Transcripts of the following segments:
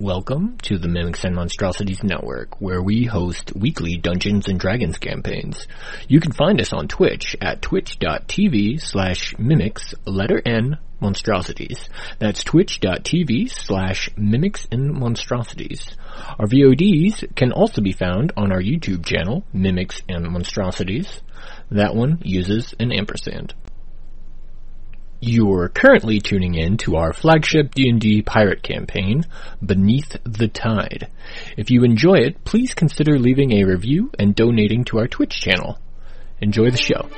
Welcome to the Mimics and Monstrosities Network, where we host weekly Dungeons and Dragons campaigns. You can find us on Twitch at twitch.tv slash mimics, letter N, monstrosities. That's twitch.tv slash mimics and monstrosities. Our VODs can also be found on our YouTube channel, Mimics and Monstrosities. That one uses an ampersand. You're currently tuning in to our flagship D&D pirate campaign, Beneath the Tide. If you enjoy it, please consider leaving a review and donating to our Twitch channel. Enjoy the show.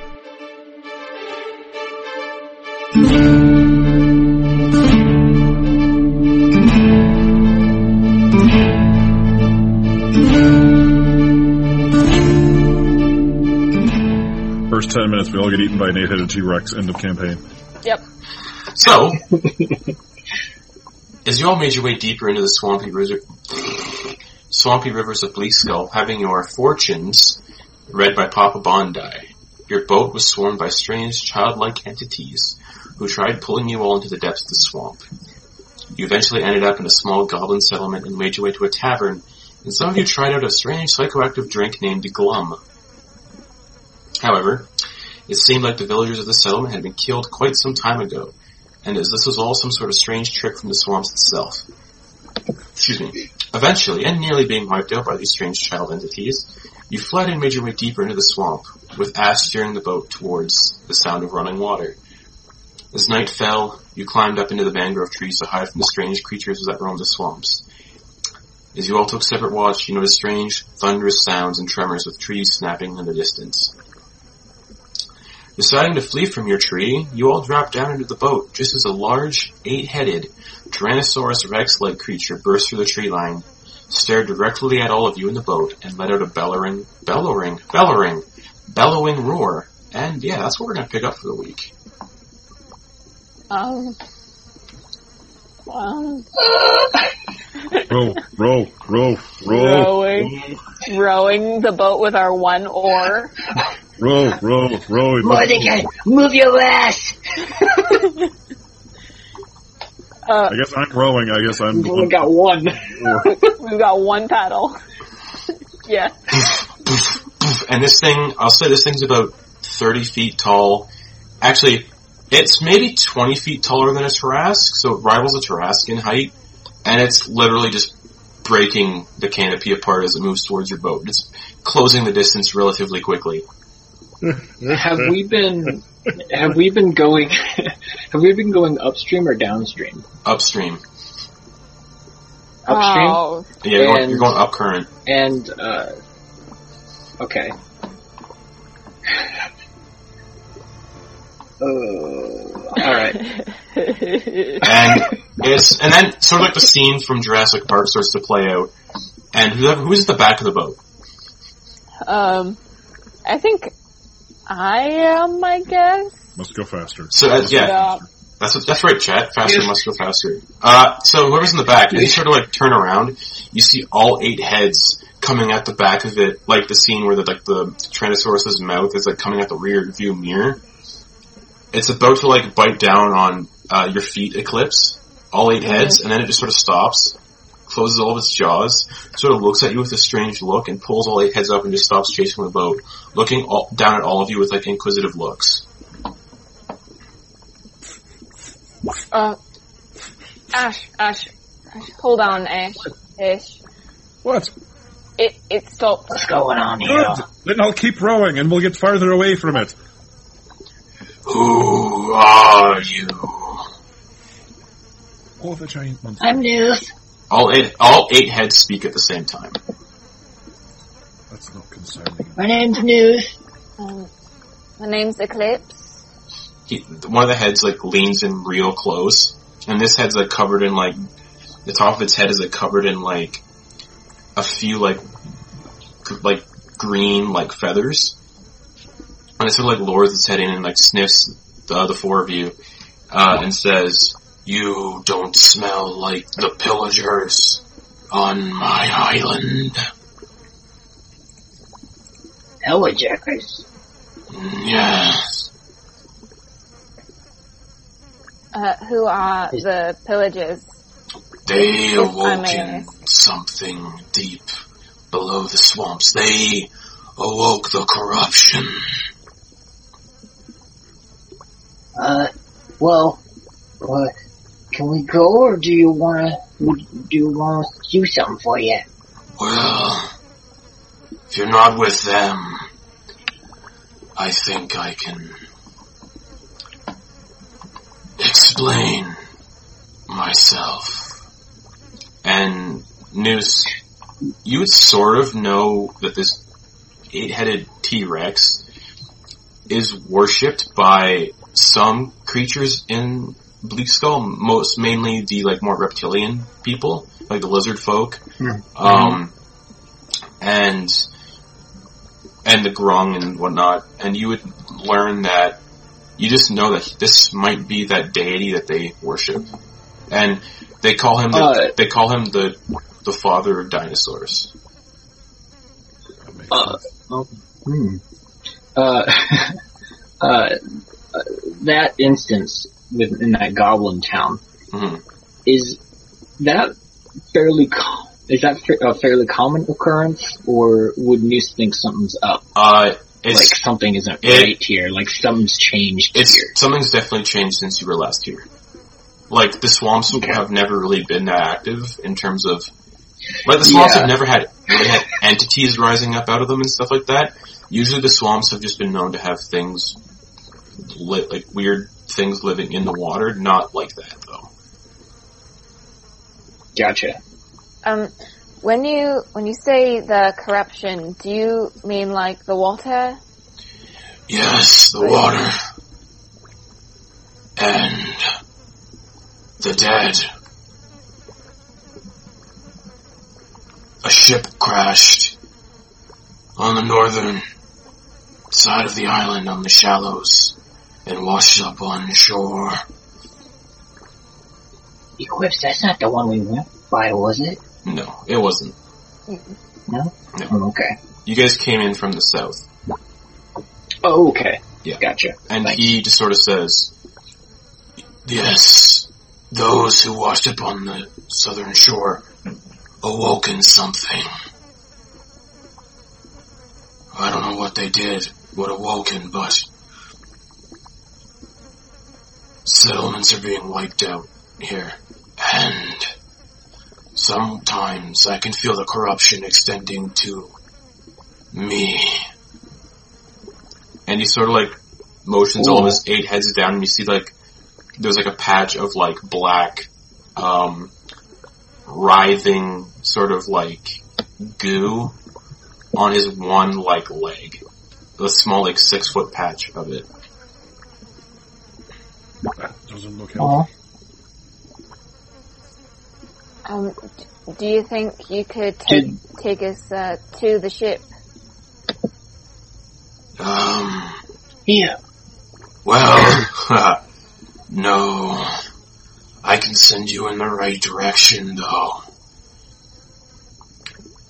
First 10 minutes, we all get eaten by an eight headed T Rex. End of campaign. Yep. So, as you all made your way deeper into the swampy, river, swampy rivers of Bleak Skull, having your fortunes read by Papa Bondi, your boat was swarmed by strange, childlike entities who tried pulling you all into the depths of the swamp. You eventually ended up in a small goblin settlement and made your way to a tavern, and some of you tried out a strange psychoactive drink named Glum. However, it seemed like the villagers of the settlement had been killed quite some time ago, and as this was all some sort of strange trick from the swamps itself. Excuse me. Eventually, and nearly being wiped out by these strange child entities, you fled and made your way deeper into the swamp, with Ash steering the boat towards the sound of running water. As night fell, you climbed up into the mangrove trees to hide from the strange creatures that roamed the swamps. As you all took separate watch, you noticed strange, thunderous sounds and tremors with trees snapping in the distance. Deciding to flee from your tree, you all dropped down into the boat just as a large, eight-headed, Tyrannosaurus Rex-like creature burst through the tree line, stared directly at all of you in the boat, and let out a bellowing, bellowing, bellowing, bellowing roar. And yeah, that's what we're gonna pick up for the week. Um. Um, Row, row, row, row, rowing, rowing the boat with our one oar. row, row, row. Mordecai, move your ass! Uh, I guess I'm rowing. I guess I'm. Only got one. we've got one paddle. yeah, and this thing, I'll say this thing's about 30 feet tall. Actually, it's maybe 20 feet taller than a Tarrasque, so it rivals a Tarrasque in height, and it's literally just breaking the canopy apart as it moves towards your boat. It's closing the distance relatively quickly. have we been have we been going have we been going upstream or downstream? Upstream. Upstream Oh, Yeah, you're going, And- you're going up current. and uh okay. Uh, all right. And it's, and then sort of like the scene from Jurassic Park starts to play out. And whoever, who's at the back of the boat? um, I think I am. I guess. Must go faster. So, uh, yeah, Yeah. That's that's right, chat. Faster must go faster. Uh, so whoever's in the back, as you sort of like turn around, you see all eight heads coming at the back of it, like the scene where the like the Tyrannosaurus's mouth is like coming at the rear view mirror. It's about to like bite down on uh, your feet, Eclipse. All eight heads, and then it just sort of stops, closes all of its jaws, sort of looks at you with a strange look, and pulls all eight heads up and just stops chasing the boat, looking all, down at all of you with like inquisitive looks. Uh, Ash, Ash, Ash, hold on, Ash, Ash. What? It it stopped. What's going on here? Good. Then I'll keep rowing and we'll get farther away from it. Who are you? Oh, the giant monster. I'm news. All eight, all eight heads speak at the same time. That's not concerning. My name's News. Um, my name's Eclipse. He, one of the heads like leans in real close, and this head's like covered in like the top of its head is like covered in like a few like gr- like green like feathers, and it sort of like lowers its head in and like sniffs the, the four of you, uh, and says, "You don't smell like the pillagers on my island." Hello, Jackers. Yes. Uh, who are the pillagers? They If I awoke may. in something deep below the swamps. They awoke the corruption. Uh, well, uh, can we go, or do you want to? Do you want us to do something for you? Well, if you're not with them, I think I can explain myself. And Noose, you would sort of know that this eight-headed T-Rex is worshipped by some creatures in Bleak Skull, most mainly the like more reptilian people, like the lizard folk. Hmm. Um, and and the grung and whatnot, and you would learn that you just know that this might be that deity that they worship, and they call him the, Uh, they call him the the father of dinosaurs. Uh, Hmm. uh, uh, that instance within that goblin town Mhm. is that fairly co- is that fa- a fairly common occurrence, or would Noose think something's up? Uh, it's like something isn't it- right here. Like something's changed it's here. something's definitely changed since you were last here. Like the swamps Okay. have never really been that active in terms of like the swamps Yeah. have never had really had entities rising up out of them and stuff like that. Usually the swamps have just been known to have things li- like weird things living in the water, not like that though. Gotcha. Um, when you when you say the corruption, do you mean like the water? Yes, the water. And the dead. A ship crashed on the northern side of the island on the shallows and washed up on shore. Equips, that's not the one we went by, was it? No, it wasn't. Oh, okay. You guys came in from the south. Oh, okay. Yeah. Gotcha. And Thanks. he just sort of says, Yes, those who washed up on the southern shore awoken something. I don't know what they did, what awoken, but settlements are being wiped out here. And sometimes I can feel the corruption extending to me. And he sort of like motions all of his eight heads down, and you see like there's like a patch of like black, um, writhing sort of like goo on his one like leg, the small like six foot patch of it. That doesn't look Oh, healthy. Um, d- do you think you could take take us uh, to the ship? Um, yeah. well, no, I can send you in the right direction though.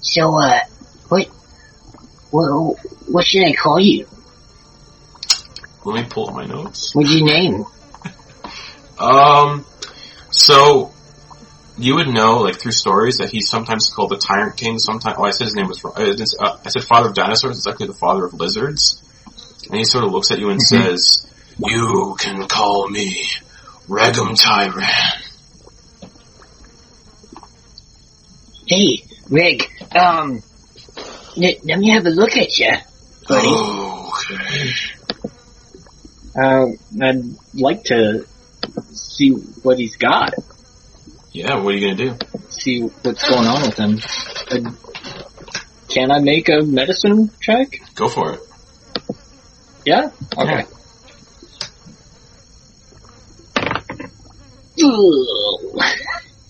So, uh, what, what, what should I call you? Let me pull up my notes. What's your name? Um, so you would know, like through stories, that he's sometimes called the Tyrant King. Sometimes, oh, I said his name was. I didn't say- Uh, I said father of dinosaurs. It's actually the father of lizards. And he sort of looks at you and says, "You can call me Regum Tyran." Hey, Reg. Um, let, let me have a look at you, buddy. Oh, Okay. Uh, I'd like to see what he's got. Yeah. What are you gonna do? See what's going on with him. Uh, can I make a medicine check? Go for it. Yeah. Okay. Ugh.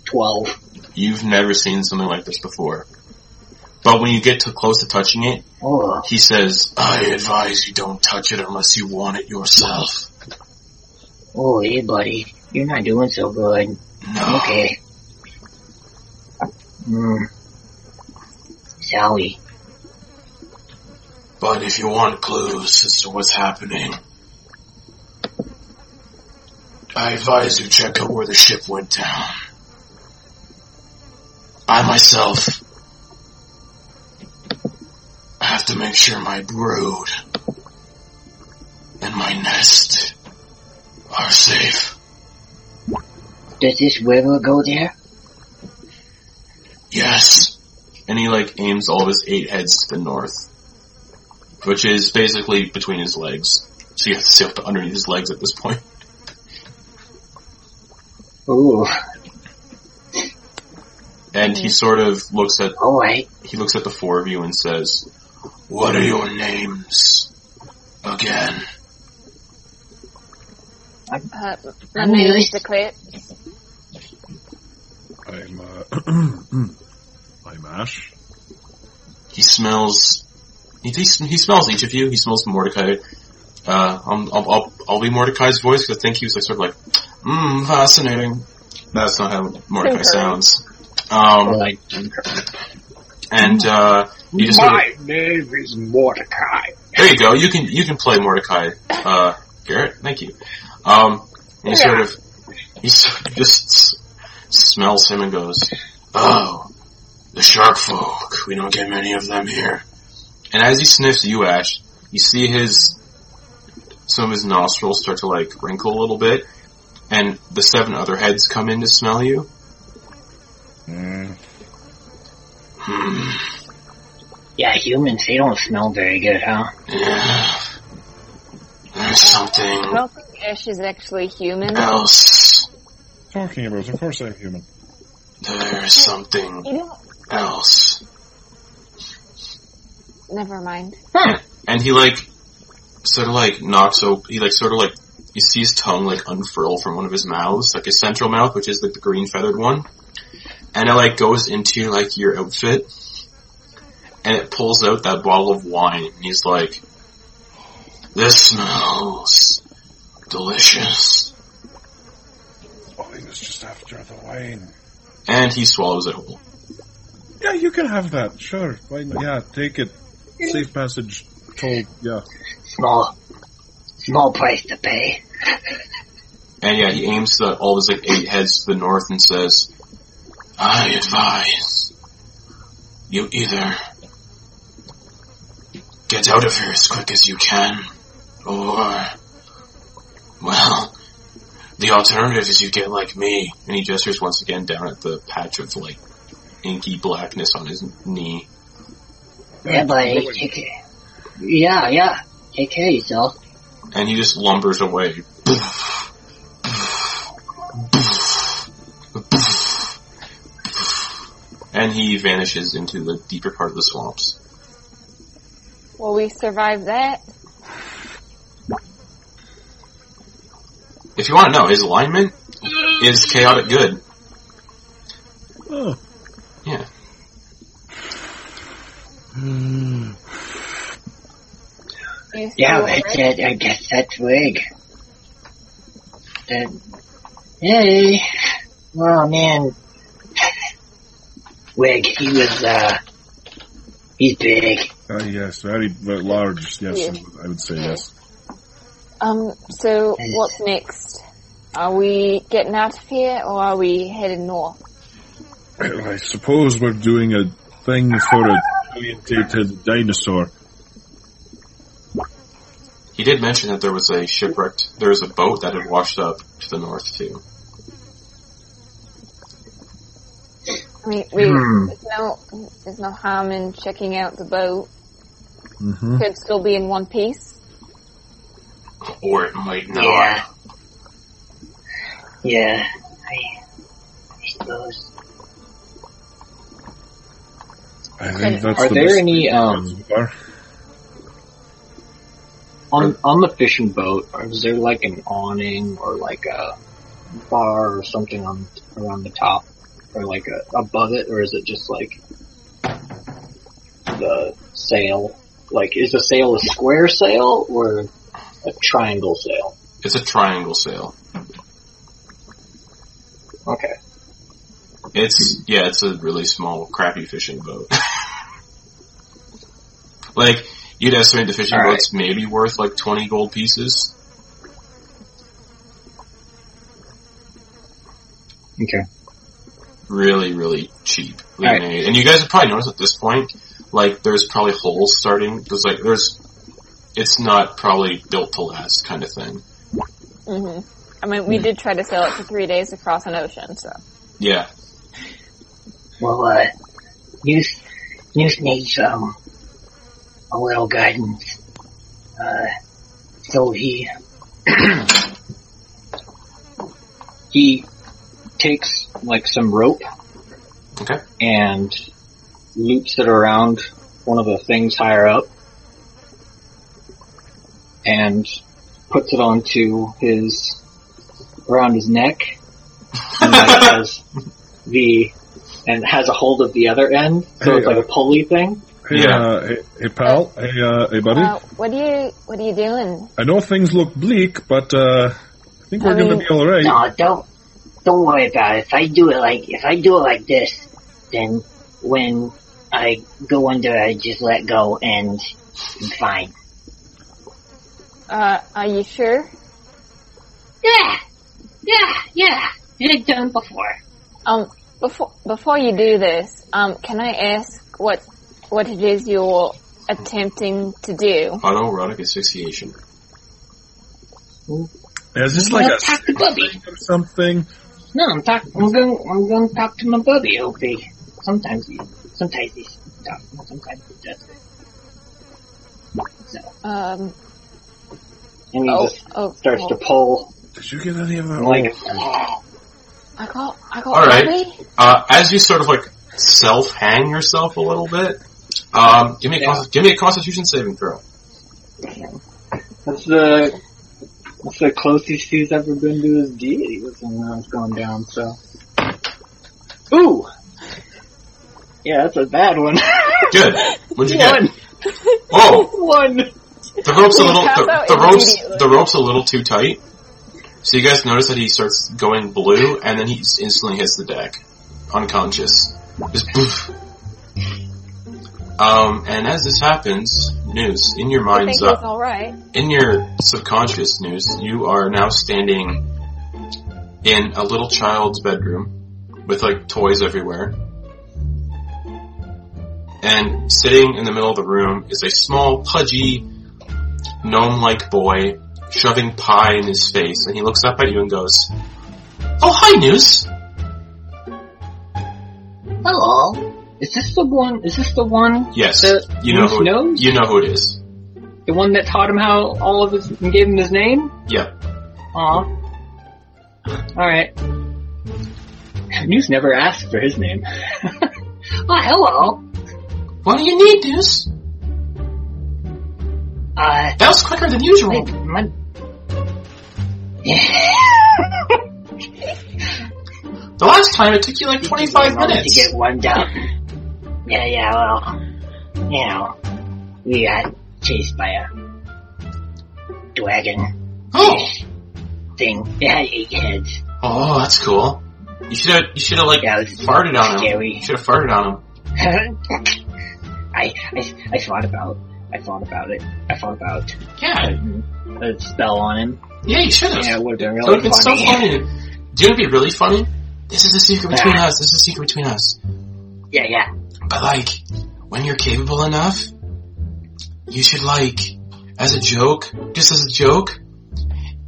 Twelve. You've never seen something like this before. But when you get too close to touching it, Oh, he says, "I advise you don't touch it unless you want it yourself." oh, hey, buddy. You're not doing so good. No. Okay. Hmm. Sally. But if you want clues as to what's happening, I advise you check out where the ship went down. by myself. I have to make sure my brood and my nest are safe. Does this river go there? Yes. And he like aims all of his eight heads to the north, which is basically between his legs. So you have to stay up underneath his legs at this point. Ooh, And he sort of looks at alright. he looks at the four of you and says, "What are your names again?" Uh, my I'm name is really- Declare. I'm, uh, I'm Ash. He smells. He, he, he smells each of you. He smells Mordecai. Uh, I'm, I'll, I'll, I'll be Mordecai's voice because I think he was like sort of like, mmm, fascinating. That's not how Mordecai Concur. sounds. Um, Like, and uh, you just sort of- name is Mordecai. there you go. You can you can play Mordecai, uh, Garrett. Thank you. Um, and he sort of he sort of just s- smells him and goes, "Oh, the shark folk. We don't get many of them here." And as he sniffs you, Ash, you see his some of his nostrils start to like wrinkle a little bit, and the seven other heads come in to smell you. Mm. Hmm. Yeah, humans, they don't smell very good, huh? Yeah. There's something I don't think Ash is actually human. Oh. else. Talking about, of course I'm human. There's something You don't. else. Never mind. And he like sort of like knocks o he like sort of like you see his tongue like unfurl from one of his mouths, like his central mouth, which is like the green feathered one. And it like goes into like your outfit and it pulls out that bottle of wine and he's like This smells delicious. Oh, he was just after the wine. And he swallows it whole. Yeah, you can have that. Sure. Why not? Yeah, take it. Safe passage told. Yeah. Small, small price to pay. And yeah, he aims at all his like eight heads to the north and says, "I advise you either get out of here as quick as you can, or well, the alternative is you get like me." And he gestures once again down at the patch of like inky blackness on his knee. Yeah, buddy, take care. Yeah, yeah, take care of yourself. and he just lumbers away. And he vanishes into the deeper part of the swamps. Well, we survived that. If you want to know, his alignment is chaotic good. Oh. Yeah. You see Yeah, what that's Rick- it. I guess that's Rig. That, hey, oh man, Wig. He was uh, he's big. Uh, yes, very, very large. Yes, Yeah. I would- I would say yes. Um. So what's next? Are we getting out of here, or are we headed north? Well, I suppose we're doing a thing for a orientated dinosaur. He did mention that there was a shipwrecked, there was a boat that had washed up to the north too. I mean, we, Hmm. there's no there's no harm in checking out the boat. Mm-hmm. Could still be in one piece. Or it might not. Yeah. Yeah. I, I suppose. I think that's Are the there best any, chance um, we are. on, on the fishing boat, is there like an awning or like a bar or something on, around the top? Or like a, above it? Or is it just like the sail? Like, is the sail a square sail or a triangle sail? It's a triangle sail. Okay. It's yeah, it's a really small, crappy fishing boat. like you'd estimate the fishing All boat's maybe worth like twenty gold pieces. Okay. really, really cheap lemonade. And you guys have probably noticed at this point, like there's probably holes starting because like there's, it's not probably built to last kind of thing. hmm I mean, we did try to sail it for three days across an ocean, so. Yeah, Well, uh, Youth, Youth needs, um, a little guidance. Uh, so he, he takes like some rope Okay. and loops it around one of the things higher up and puts it onto his around his neck and like, has the and has a hold of the other end so Hey, it's like uh, a pulley thing Hey, Yeah. uh, hey, hey pal. Hey, uh, hey, buddy. Uh, what do you, what are you doing? I know things look bleak, but uh, I think we're I going to mean- be all right. no, don't, don't worry about it. If I do it like, if I do it like this, then when I go under, I just let go and I'm fine. Uh, are you sure? Yeah, yeah, yeah. I've done before. Um, before, before you do this, um, can I ask what, what it is you're attempting to do? autoerotic asphyxiation. Is this like a talk to Bubby. or something? No, I'm talk. I'm going. I'm going to talk to my Bubby. Okay. Sometimes he. Sometimes he talks. Sometimes he doesn't. Um, and he oh, just oh, starts oh. to pull Did you get any of that? and, like I got, I got All right. Bobby? Uh, as you sort of like self hang yourself a little bit, um, give me a Yeah. con- give me a Constitution saving throw. that's the that's the closest he's ever been to his deity was when I was going down so ooh yeah that's a bad one Good. What'd you get? one Oh, one the rope's a You little pass the, out the rope's immediately. the rope's a little too tight. So you guys notice that he starts going blue, and then he just instantly hits the deck, unconscious. Just poof. Um, and as this happens, news in your I mind's think up. it's alright. in your subconscious news, you are now standing in a little child's bedroom with like toys everywhere. And sitting in the middle of the room is a small, pudgy, gnome-like boy shoving pie in his face, and he looks up at you and goes, "Oh, hi, News. hello is this the one is this the one Yes, that you know Moose who it, knows you know who it is. the one that taught him how all of his and gave him his name Yeah, Aw. alright News never asked for his name Oh, hello. what do you need, News? Uh, That was quicker than usual. wait, my. The last time it took you like 25 I wanted minutes. to get warmed up. Yeah, yeah. Well, you know, we got chased by a dragon oh, thing. It had eight heads. Oh, that's cool. You should have. You should have like That was farted on him. scary. You should have farted on him. I, I, I thought about, I thought about it. I thought about Yeah, putting a spell on him. yeah, you should have. yeah it would have been that would really have been funny so funny. Do you want to be really funny? This is a secret between us. This is a secret between us. Yeah, yeah. But like, when you're capable enough, you should like, as a joke, just as a joke,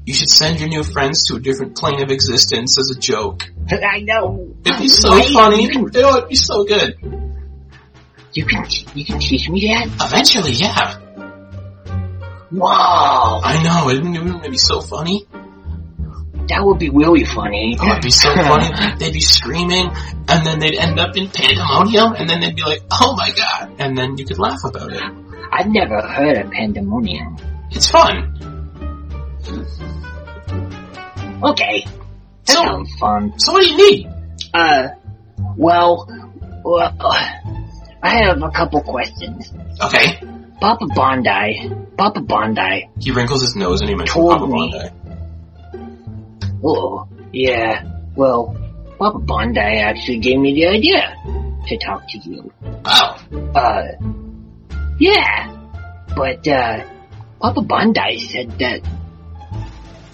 you should send your new friends to a different plane of existence as a joke. I know. It'd be so Why? funny. You can, It'd be so good. you can, you can teach me that. Eventually, yeah. Wow, I know. It would be so funny. that would be really funny. Oh, it'd be so funny. They'd be screaming, and then they'd end up in pandemonium, and then they'd be like, "Oh my god!" And then you could laugh about it. I've never heard of pandemonium. It's fun. Okay, that So, sounds fun. so what do you need? Uh, well, well, I have a couple questions. Okay. Papa Bondi, Papa Bondi, He wrinkles his nose and he mentions Told Papa me. Bondi. Oh, yeah. Well, Papa Bondi actually gave me the idea to talk to you. Oh, Uh, yeah. But, uh, Papa Bondi said that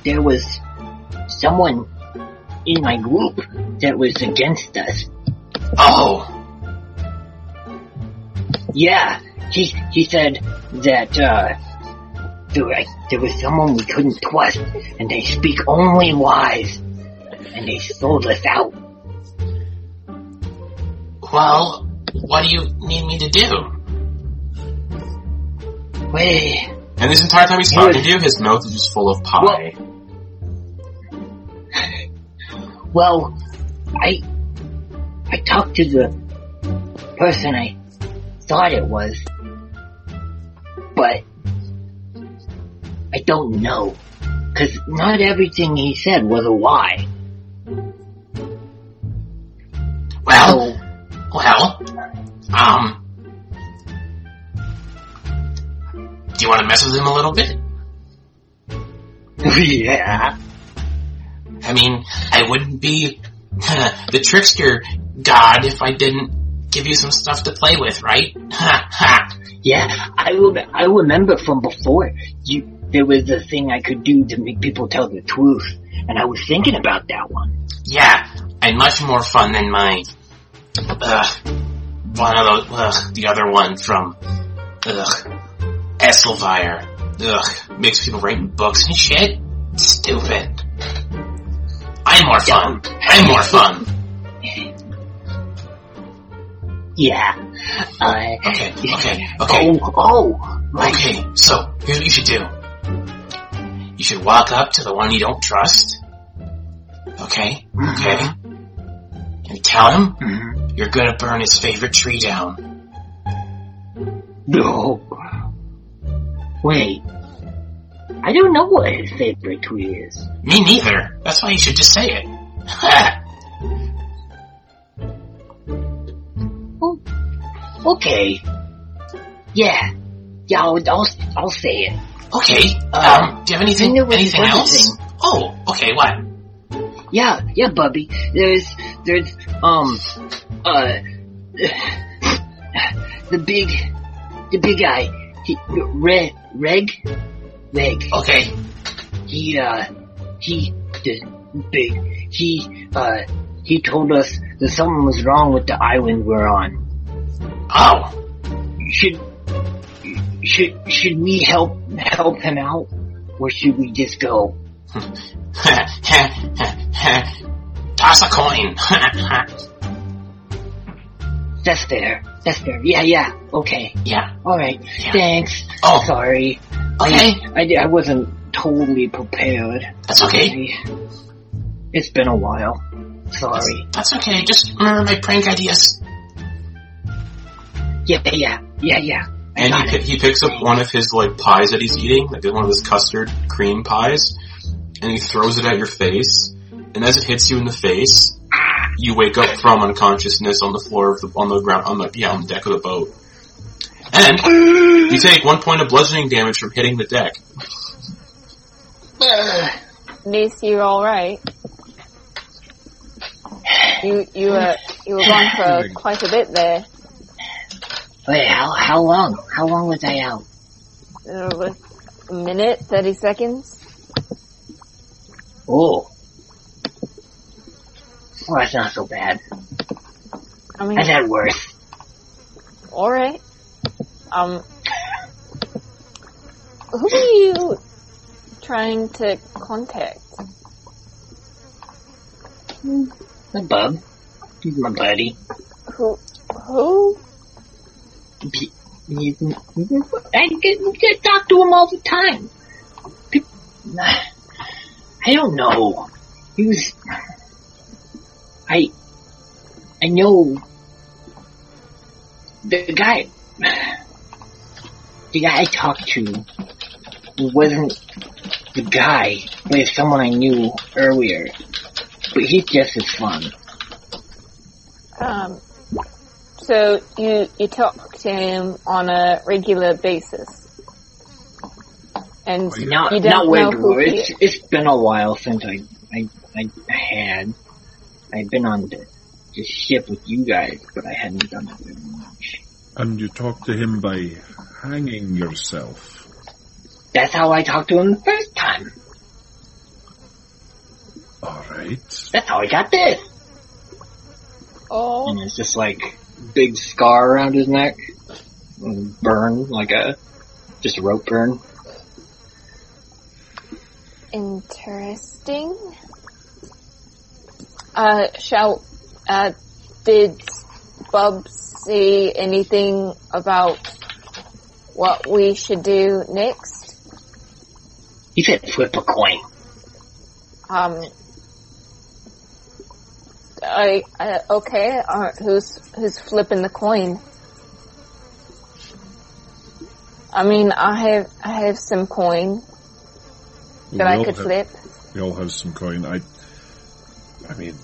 there was someone in my group that was against us. Oh, Yeah, he he said that uh, there, wa- there was someone we couldn't trust, and they speak only lies, and they sold us out. well, what do you need me to do? Wait, And this entire time he's Well- talking to you, his mouth is just full of pie. well, I I talked to the person I thought it was, but I don't know, cause not everything he said was a lie. Well, So- well, um, do you want to mess with him a little bit? yeah. I mean, I wouldn't be the trickster god if I didn't give you some stuff to play with, right? Ha ha. Yeah, I rem- I remember from before. You there was a thing I could do to make people tell the truth, and I was thinking about that one. Yeah, and much more fun than my ugh, one of those ugh, the other one from ugh, Esselvire. Ugh, makes people write books and shit. Stupid. I'm more fun. I'm more fun. Yeah. Uh, Okay, okay, okay. oh, oh, my Okay, so here's what you should do. You should walk up to the one you don't trust. Okay? Okay. And tell him Mhm. you're gonna burn his favorite tree down. no. Wait, I don't know what his favorite tweet is. Me neither. That's why you should just say it. Okay. Yeah, yeah, I'll I'll, I'll say it. okay. Um, do you have anything I know what anything he's else? Oh, okay, what? Yeah, yeah, Bubby. There's, there's, um, uh, the big, the big guy, he, Reg, Reg, Reg. Okay. He, uh, he, the big, he, uh, he told us that something was wrong with the island we're on. Oh. Should, should, should we help, help him out? Or should we just go? Toss a coin. That's fair. That's fair. Yeah, yeah. Okay. yeah. Alright. Yeah. Thanks. Oh, Sorry. okay. I, I, I wasn't totally prepared. That's okay. It's been a while. Sorry. That's okay. Just remember my prank ideas. Yeah, yeah, yeah, yeah. I And got he, it. pi- he picks up one of his like pies that he's eating, like one of his custard cream pies, and he throws it at your face. And as it hits you in the face, you wake up from unconsciousness on the floor of the on the ground on the yeah on the deck of the boat. And you take one point of bludgeoning damage from hitting the deck. At least you're all right. You you were you were gone for quite a bit there. Wait, how, how long? How long was I out? Uh, was a minute, thirty seconds. Oh. Well, that's not so bad. I mean, I've had worse. all right. Um, who are you trying to contact? The bub. He's my buddy. Who who? He- he's- I get, I talk to him all the time. Pe- I don't know. He was. I. I know. The guy. The guy I talked to wasn't the guy, but it's someone I knew earlier. But he's just as fun. Um, so you you talk to him on a regular basis, and Not, you not don't know who regular. he It's, it's been a while since I, I, I had. I've been on the, the ship with you guys, but I hadn't done it very much. And you talk to him by hanging yourself. That's how I talked to him the first time. Alright. That's how I got this. Oh, and there's just like big scar around his neck, and burn like a just a rope burn. interesting. Uh, shall, uh, did Bub say anything about what we should do next? He said flip a coin. Um, I, uh, okay, uh, who's, who's flipping the coin? I mean, I have, I have some coin We that I all could have- flip. We all have some coin. I, I mean,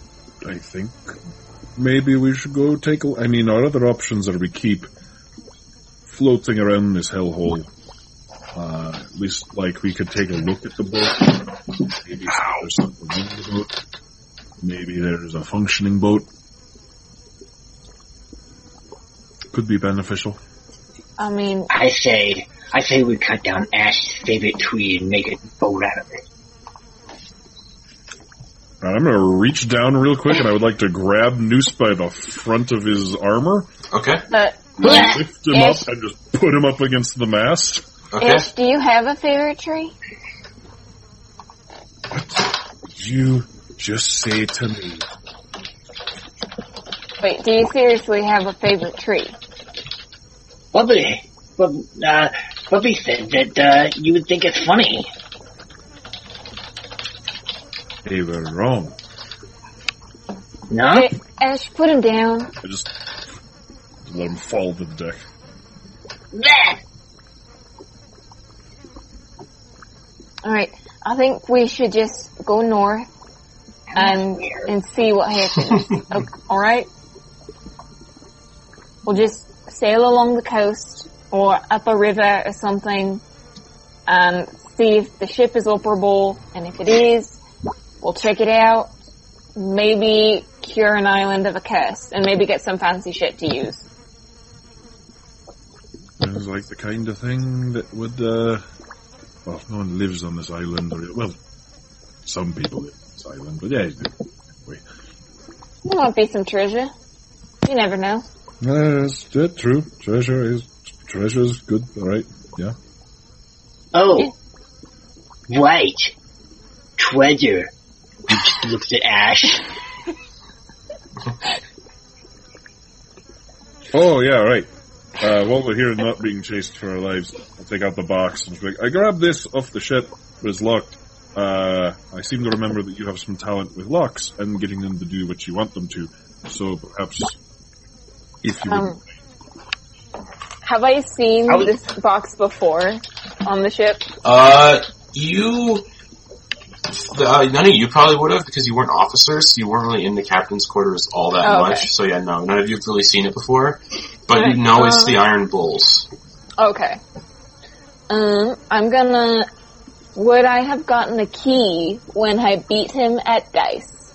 I think maybe we should go take. A, I mean, our other options are we keep floating around this hellhole. Uh, at least, like, we could take a look at the boat. Maybe there's something wrong with the boat. Maybe there's a functioning boat. Could be beneficial. I mean, I say, I say we cut down Ash's favorite tree and make a boat out of it. Alright, I'm gonna reach down real quick and I would like to grab Noose by the front of his armor, Okay, but lift him Yes. up and just put him up against the mast. okay. Ash, do you have a fairy tree? You just say to me. Wait, do you seriously have a favorite tree? Bubby, Bub, uh, Bubby said that uh, you would think it's funny. They were wrong. No, Eh, Ash, put him down. I just let him fall to the deck. Bleh! Alright, I think we should just go north and and see what happens. okay, Alright? We'll just sail along the coast or up a river or something. Um, see if the ship is operable, and if it is, we'll check it out. Maybe cure an island of a curse, and maybe get some fancy shit to use. It was like the kind of thing that would, uh, well, no one lives on this island, or, well, some people live on this island, but yeah, There might be some treasure. You never know. yes, yeah, true. Treasure is, treasure is good, alright. Oh, right. Treasure. He looks at Ash. Oh, yeah, right. Uh, while we're here and not being chased for our lives, I'll take out the box and just be like, I grabbed this off the ship, but it's locked. Uh, I seem to remember that you have some talent with locks and getting them to do what you want them to. So perhaps if you would Um, have I seen I was- this box before on the ship? Uh, you. Uh, none of you probably would have because you weren't officers, so you weren't really in the captain's quarters all that Oh, okay. much. So yeah, no, none of you have really seen it before. But you Alright, know it's uh, the Iron Bulls. Okay. Um, I'm gonna. Would I have gotten a key when I beat him at dice?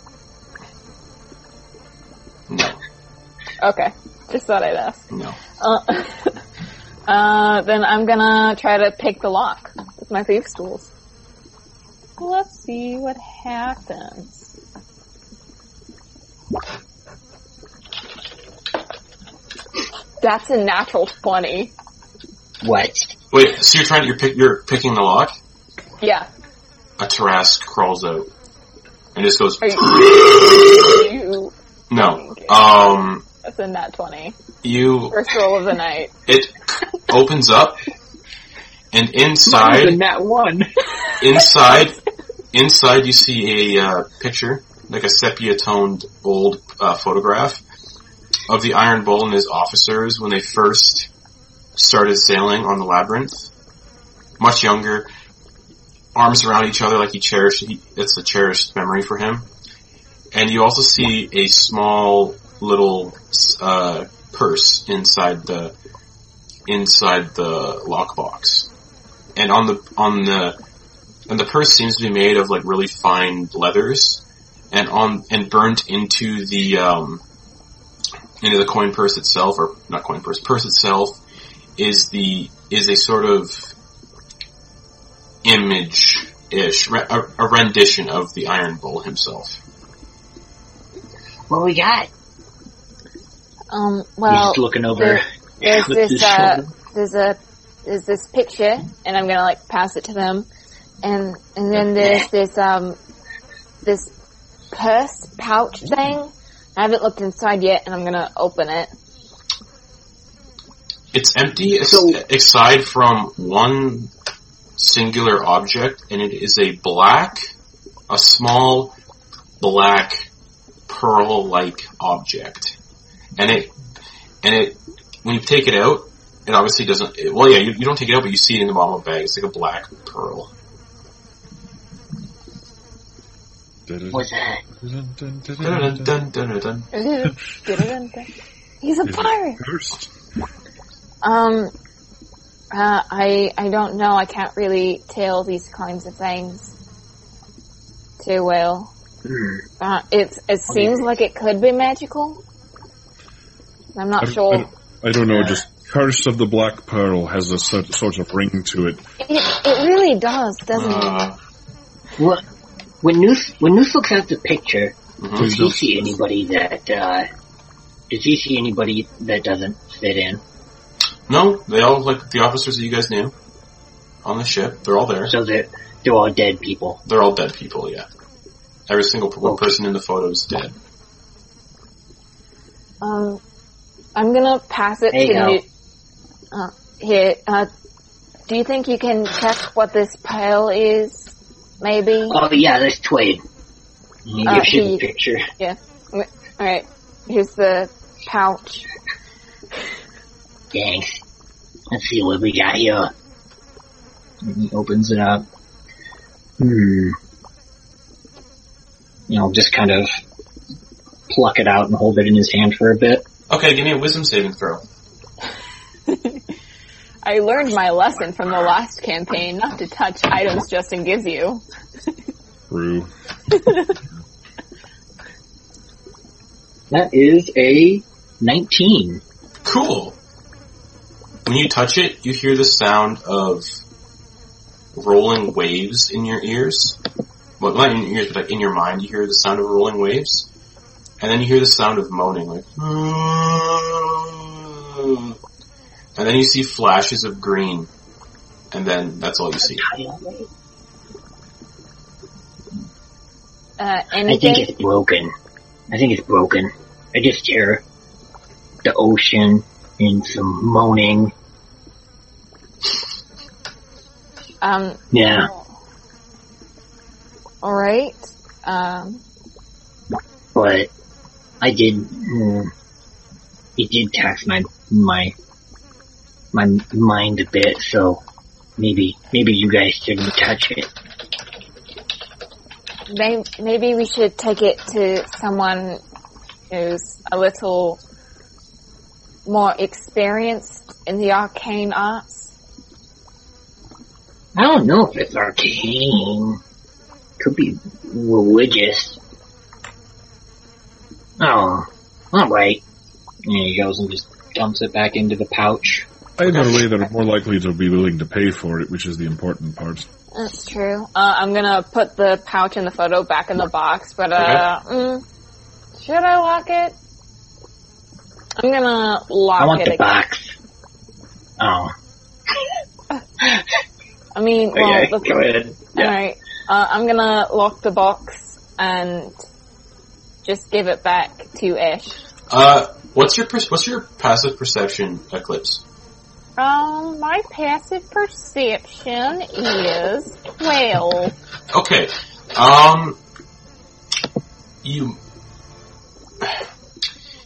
No, Okay, just thought I'd ask. no. Uh, uh, then I'm gonna try to pick the lock with my thieves' tools. Let's see what happens. That's a natural twenty. What? Wait, so you're trying to you're, pick, you're picking the lock. Yeah. A Tarask crawls out and just goes. Are you- you- No. Um. that's a nat twenty. You First roll of the night. it opens up, and Even inside, that one. inside, inside, you see a uh, picture, like a sepia-toned old uh, photograph of the Iron Bull and his officers when they first started sailing on the labyrinth. Much younger, arms around each other like he cherished. He, it's a cherished memory for him. And you also see a small little uh, purse inside the inside the lockbox, and on the on the and the purse seems to be made of like really fine leathers, and on and burnt into the um, into the coin purse itself, or not coin purse, purse itself is the is a sort of image ish re- a, a rendition of the Iron Bull himself. What we got? Um, He's well, just looking over. there's with this, his uh, shoulder. there's a, there's this picture, and I'm gonna like pass it to them, and and then there's this um, this purse pouch thing. I haven't looked inside yet, and I'm gonna open it. It's empty ex- So- aside from one singular object, and it is a black, a small black pearl-like object, and it and it when you take it out, it obviously doesn't. It, well, yeah, you, you don't take it out, but you see it in the bottom of the bag. It's like a black pearl. What's that? Dun, dun, dun, dun, dun. He's a Is it pirate. cursed? Um, uh, I I don't know. I can't really tell these kinds of things too well. Hmm. Uh, it's it seems like it could be magical. I'm not I- sure. I don't know. Just curse of the black pearl has a cer- sort of ring to it. It, it really does, doesn't it? Uh, What? When Noose when Noose looks at the picture, mhm. does he see anybody that uh, does he see anybody that doesn't fit in? No, they all look like the officers that you guys knew on the ship. They're all there. So they're they're all dead people. They're all dead people. Yeah, every single per- Okay. person in the photo is dead. Um, I'm gonna pass it There you to go. you. Uh, here, uh, do you think you can check what this pile is? Maybe. Oh yeah, that's Twade. Oh, He Uh, gives you the he- picture. All right, here's the pouch. Thanks. Let's see what we got here. And he opens it up. Hmm. You know, just kind of pluck it out and hold it in his hand for a bit. Okay, give me a wisdom saving throw. I learned my lesson from the last campaign not to touch items Justin gives you. True. That is a 19. Cool. When you touch it, you hear the sound of rolling waves in your ears. Well, not in your ears, but like in your mind, you hear the sound of rolling waves, and then you hear the sound of moaning, like. And then you see flashes of green, and then that's all you see. Uh, I think anything? it's broken. I think it's broken. I just hear the ocean and some moaning. Um, Yeah. alright. Um, but I did. mm, It did tax my my my mind a bit, so maybe maybe you guys shouldn't touch it. may- maybe we should take it to someone who's a little more experienced in the arcane arts. I don't know if it's arcane. Could be religious. Oh, all right. And he goes and just dumps it back into the pouch. Either way, they're more likely to be willing to pay for it, which is the important part. That's true. Uh, I'm gonna put the pouch in the photo back in the box, but uh, mm, should I lock it? I'm gonna lock I want it. the again. box. Oh, I mean, well, Okay, the- go ahead. All right. Uh, I'm gonna lock the box and just give it back to Ash. Uh, what's your per- what's your passive perception eclipse? Um, my passive perception is twelve. Okay. Um, you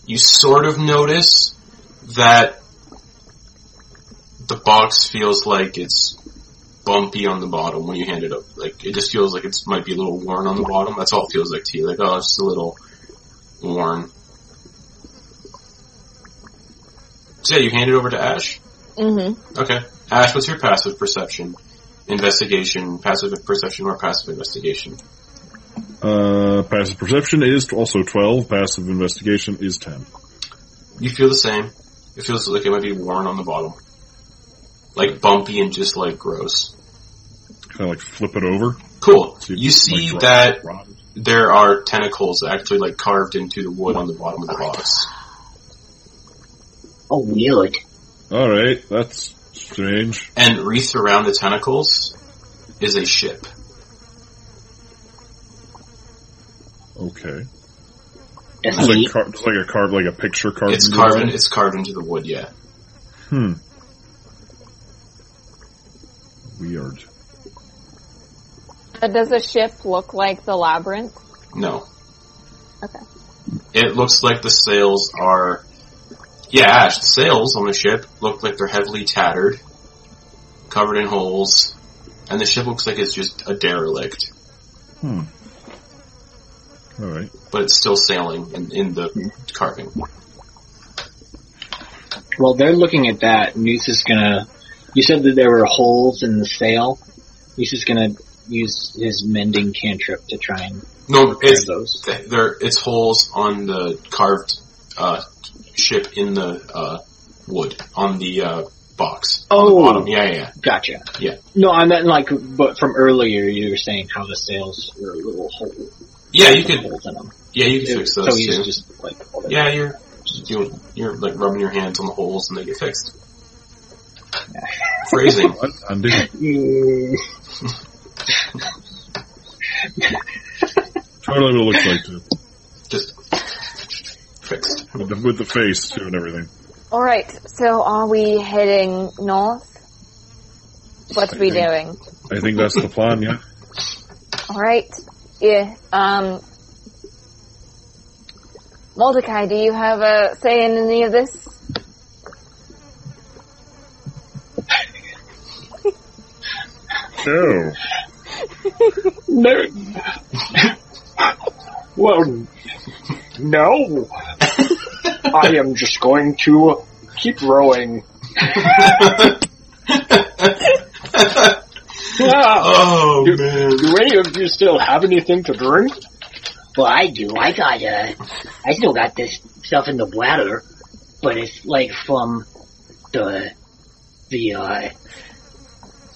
you sort of notice that the box feels like it's bumpy on the bottom when you hand it up. Like it just feels like it's might be a little worn on the bottom. That's all it feels like to you. Like oh, it's just a little worn. So yeah, you hand it over to Ash. Mm-hmm. Okay. Ash, what's your passive perception? Investigation, passive perception or passive investigation? Uh, passive perception is also 12, passive investigation is 10. You feel the same. It feels like it might be worn on the bottom. Like bumpy and just like gross. Kind of like flip it over. Cool. see if You it's, see like, that rotted. there are tentacles actually like carved into the wood on the bottom of the box. Oh, weird. Alright, that's strange. And wreathed around the tentacles is a ship. Okay. That's It's like, neat. car- it's like a carved, like a picture carved. It's into carved. the It's carved into the wood. Yeah. wall. Hmm. Weird. But does a ship look like the labyrinth? No. Okay. It looks like the sails are. Yeah, Ash, the sails on the ship look like they're heavily tattered, covered in holes, and the ship looks like it's just a derelict, Alright. but it's still sailing in, in the carving. Well, they're looking at that. Noose is gonna. You said that there were holes in the sail. Noose is gonna use his mending cantrip to try and No, repair it's those. there. It's holes on the carved uh, ship in the uh, wood on the uh, box. Oh, Bottom. Yeah, yeah, yeah. gotcha. Yeah. No, I meant like, but from earlier you were saying how the sails were a little hole. Yeah, you some could. holes in them. Yeah, you could It- fix so those he's too. just like, Yeah, you're doing, you're like rubbing your hands on the holes and they get fixed. Phrasing. What? Andy? Mm, Totally what it looks like, too. Just fixed. With the, with the face, too, and everything. All right. So are we heading north? What are we doing? I think that's the plan, yeah? All right. Yeah. Um. Mordecai, do you have a say in any of this? Sure. no. well, no. I am just going to keep rowing. Ah, oh man. do any of you still have anything to drink? Well, I do. I got, uh, I still got this stuff in the bladder, but it's like from the, the, uh,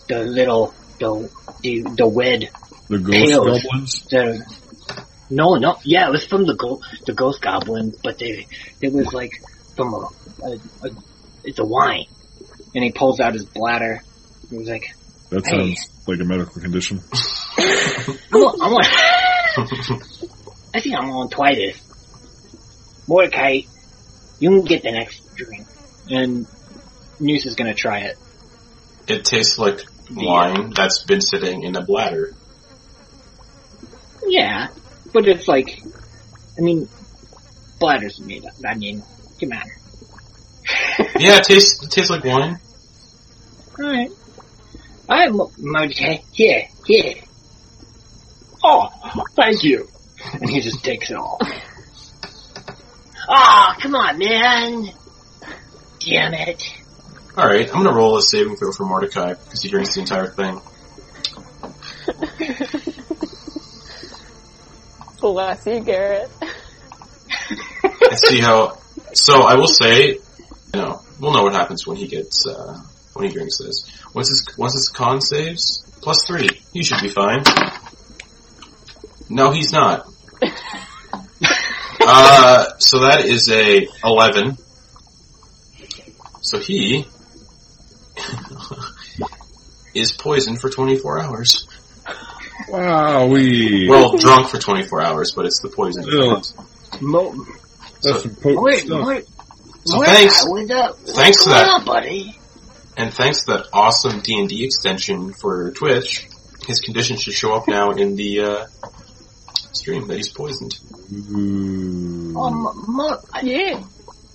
the little, the, the, the wed, The ghost Tails. goblins? the, no, no, yeah, it was from the go- the ghost goblin, but they, it was like from a, a, a it's a wine. And he pulls out his bladder. It was like, That Hey. sounds like a medical condition. I'm on, I'm on, I think I'm on twitis. Mordecai, you can get the next drink. And Noose is gonna try it. It tastes like wine that's been sitting in a bladder. Yeah, but it's like, I mean, bladders made up. I mean, come on. Yeah, it tastes it tastes like wine. Alright. I'm Mordecai, here, here. Oh, thank you. And he just takes it Ah, all. Oh, come on, man. Damn it. All right, I'm gonna roll a saving throw for Mordecai because he drinks the entire thing. Bless you, Garrett. and see how. So I will say, you know, we'll know what happens when he gets uh, when he drinks this. Once his once his con saves plus three, he should be fine. No, he's not. uh, so that is a eleven. So he is poisoned for twenty four hours. Wowee. Well, drunk for twenty four hours, but it's the poison. Ew. Mo- that's some potent Wait, stuff. what? So what? thanks. What's up? Thanks What's to going that. on, buddy? And thanks to that awesome D and D extension for Twitch, his condition should show up now in the uh, stream that he's poisoned. Ooh. Oh, Mo- Mo- I- Yeah.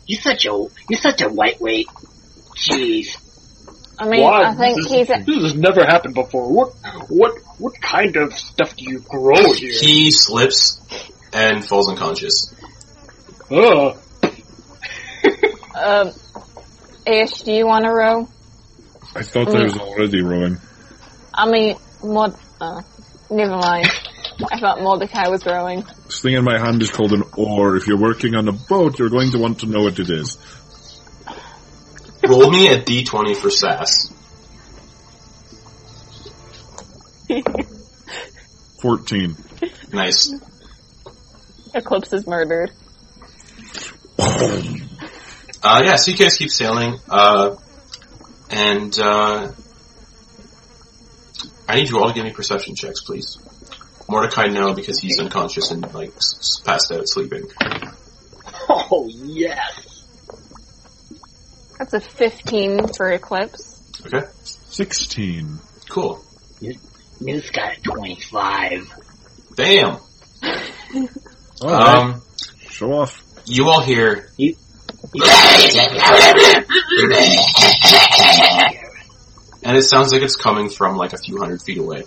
you're such a you're such a lightweight. Jeez. I mean, Why? I think This he's. is- this has never happened before. What, what, what kind of stuff do you grow here? He slips and falls unconscious. Ugh. Um, Ish, do you want to row? I thought there was already rowing. I mean, Mod. Uh, never mind. I thought Mordecai was rowing. This thing in my hand is called an oar. If you're working on a boat, you're going to want to know what it is. Roll me a D twenty for sass. 14. Nice. Eclipse is murdered. Uh, yeah, so you guys keep sailing, uh, and uh, I need you all to give me perception checks, please. Mordecai, no, because he's unconscious and like s- s- passed out sleeping. Oh, yes. That's a 15 for Eclipse. Okay, 16. cool. New's got a 25. Damn. All right. Um, Show off. you all hear. And it sounds like it's coming from like a few hundred feet away.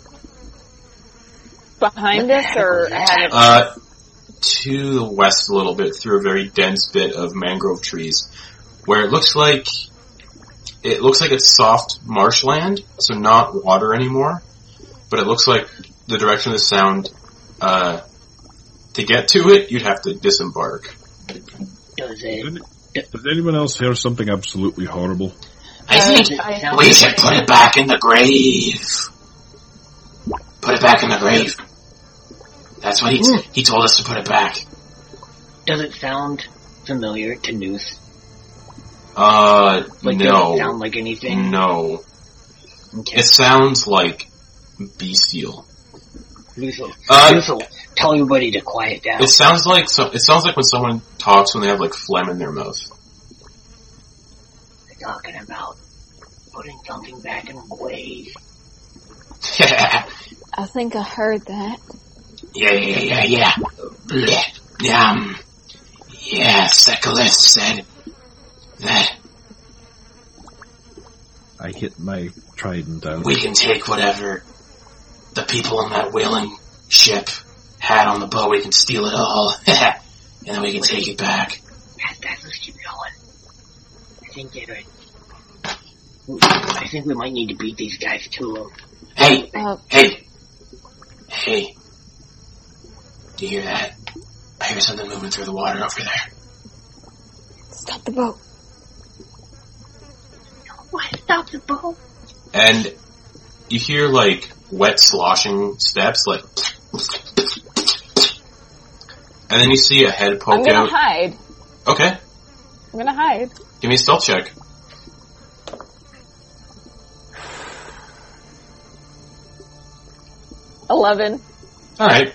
Behind us or ahead of us? Uh, to the west a little bit through a very dense bit of mangrove trees, where it looks like it looks like it's soft marshland, so not water anymore. But it looks like the direction of the sound. Uh, to get to it, you'd have to disembark. Does uh, it? Did anyone else hear something absolutely horrible? I I- we should put it back in the grave. Put it back in the grave. That's what he he told us to put it back. Does it sound familiar to Noose? Uh, Like, does no. it sound like anything? No. Okay. It sounds like bestial. Noose will, Uh, Noose will tell everybody to quiet down. It sounds like so, it sounds like when someone talks when they have like phlegm in their mouth. They're talking about putting something back in the grave. yeah, I think I heard that. yeah, yeah, yeah. Blech. Um, yeah, Sekalis said that I hit my trident out. we can take whatever the people on that whaling ship had on the boat. We can steal it all, and then we can take it back. That, that, let's keep going. I think that I, I think we might need to beat these guys to them. Hey, Oh, Hey! Hey! Do you hear that? I hear something moving through the water over there. stop the boat. What? Stop the boat? And you hear like wet sloshing steps, like. And then you see a head I'm poke gonna out. hide. Okay, I'm gonna hide. give me a stealth check. Eleven. Alright.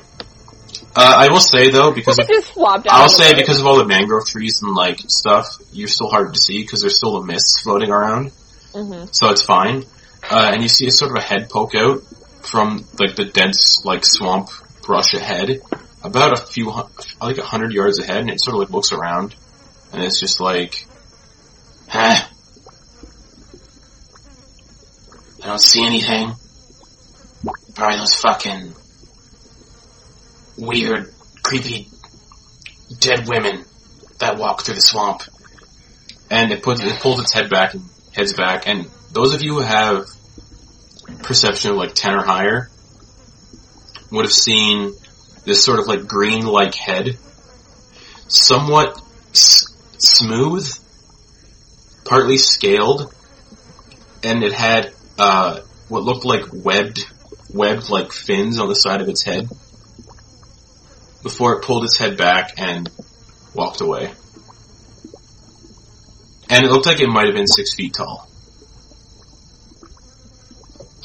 Uh, I will say though, because I of, just flopped out. I'll say because of all the mangrove trees and like stuff, you're still hard to see because there's still the mists floating around. hmm so it's fine. Uh, and you see a sort of a head poke out from like the dense like swamp brush ahead, about a few hun- like a hundred yards ahead, and it sort of like looks around, and it's just like, huh? I don't see anything. Probably those fucking weird, creepy dead women that walk through the swamp. And it puts it pulls its head back and heads back. And those of you who have perception of like 10 or higher would have seen this sort of like green like head, somewhat s- smooth, partly scaled, and it had uh, what looked like webbed, webbed like fins on the side of its head before it pulled its head back and walked away. And it looked like it might have been six feet tall.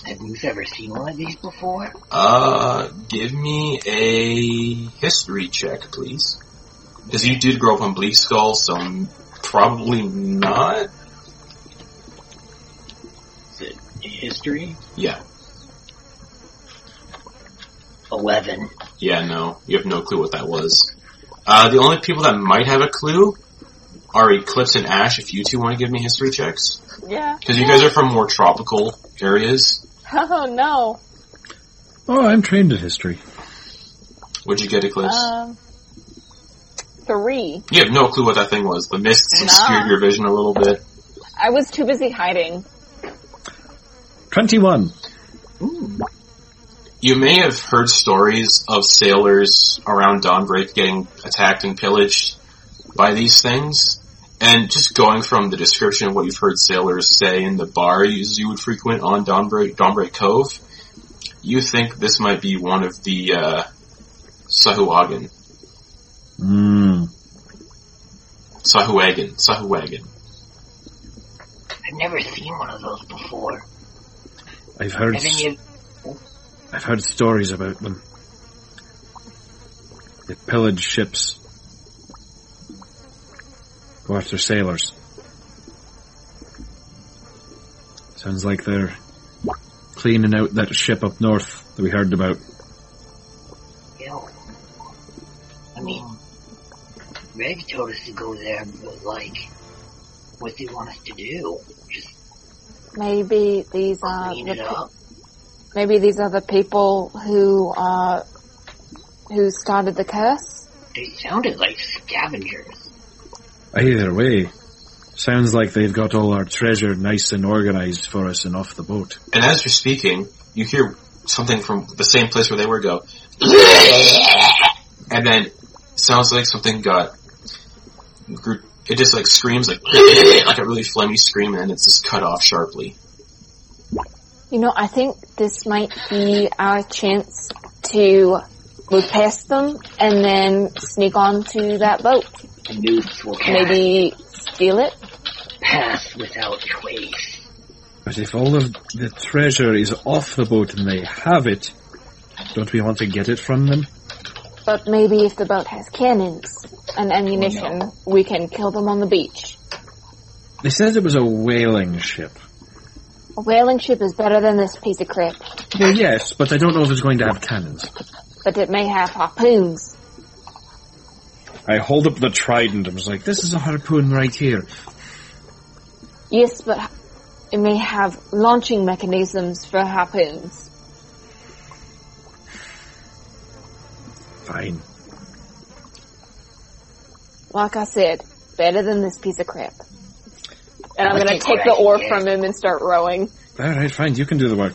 Have Noose ever seen one of these before? Uh, give me a history check, please. Because you did grow up on Bleak Skull, so m- probably not. History? Yeah, 11. yeah, no. You have no clue what that was. Uh, the only people that might have a clue are Eclipse and Ash, if you two want to give me history checks. Yeah. Because you guys are from more tropical areas. Oh no. Oh, I'm trained in history. Would you get Eclipse? Um. Three. you have no clue what that thing was. The mists Nah. obscured your vision a little bit. I was too busy hiding. 21. You may have heard stories of sailors around dawnbreak getting attacked and pillaged by these things. And just going from the description of what you've heard sailors say in the bars you would frequent on Dawnbreak, Dawnbreak Cove, you think this might be one of the uh, Sahuagin. Mm. Sahuagin. Sahuagin. I've never seen one of those before. I've heard Have any of, I've heard stories about them. They pillage ships. Go after sailors. Sounds like they're cleaning out that ship up north that we heard about. you know, I mean, Reg told us to go there, but like, what do you want us to do? Just Maybe these are clean the it pe- up? maybe these are the people who are who started the curse. They sounded like scavengers. Either way, sounds like they've got all our treasure nice and organized for us and off the boat. And as you're speaking, you hear something from the same place where they were go, and then sounds like something got. grew- It just like screams like like a really phlegmy scream, and it's just cut off sharply. You know, I think this might be our chance to move past them and then sneak onto that boat. The noobs will cast Maybe steal it. pass without trace. But if all of the treasure is off the boat and they have it, don't we want to get it from them? But maybe if the boat has cannons and ammunition, we can kill them on the beach. They said it was a whaling ship. A whaling ship is better than this piece of crap, Well, yes, but I don't know if it's going to have cannons. but it may have harpoons. I hold up the trident. I was like, this is a harpoon right here. Yes, but it may have launching mechanisms for harpoons. Fine. Like I said, better than this piece of crap. And I'm I gonna think take we're the oar actually- from him and start rowing. All right, fine. You can do the work.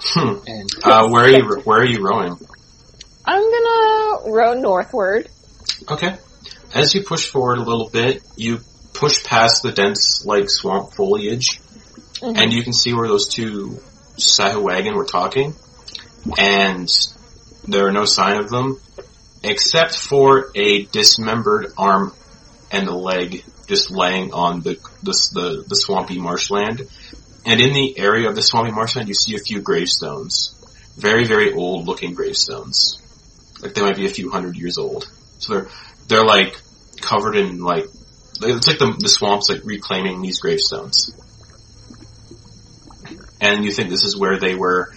Hmm. And Uh, where are you? Where are you rowing? I'm gonna row northward. Okay. As you push forward a little bit, you push past the dense, like, swamp foliage, Mhm. and you can see where those two Sahu wagon were talking, and there are no sign of them, except for a dismembered arm and a leg just laying on the, the, the, the swampy marshland. And in the area of the swampy marshland, you see a few gravestones. Very, very old looking gravestones. Like they might be a few hundred years old. So they're they're like covered in like it's like the, the swamps like reclaiming these gravestones and you think this is where they were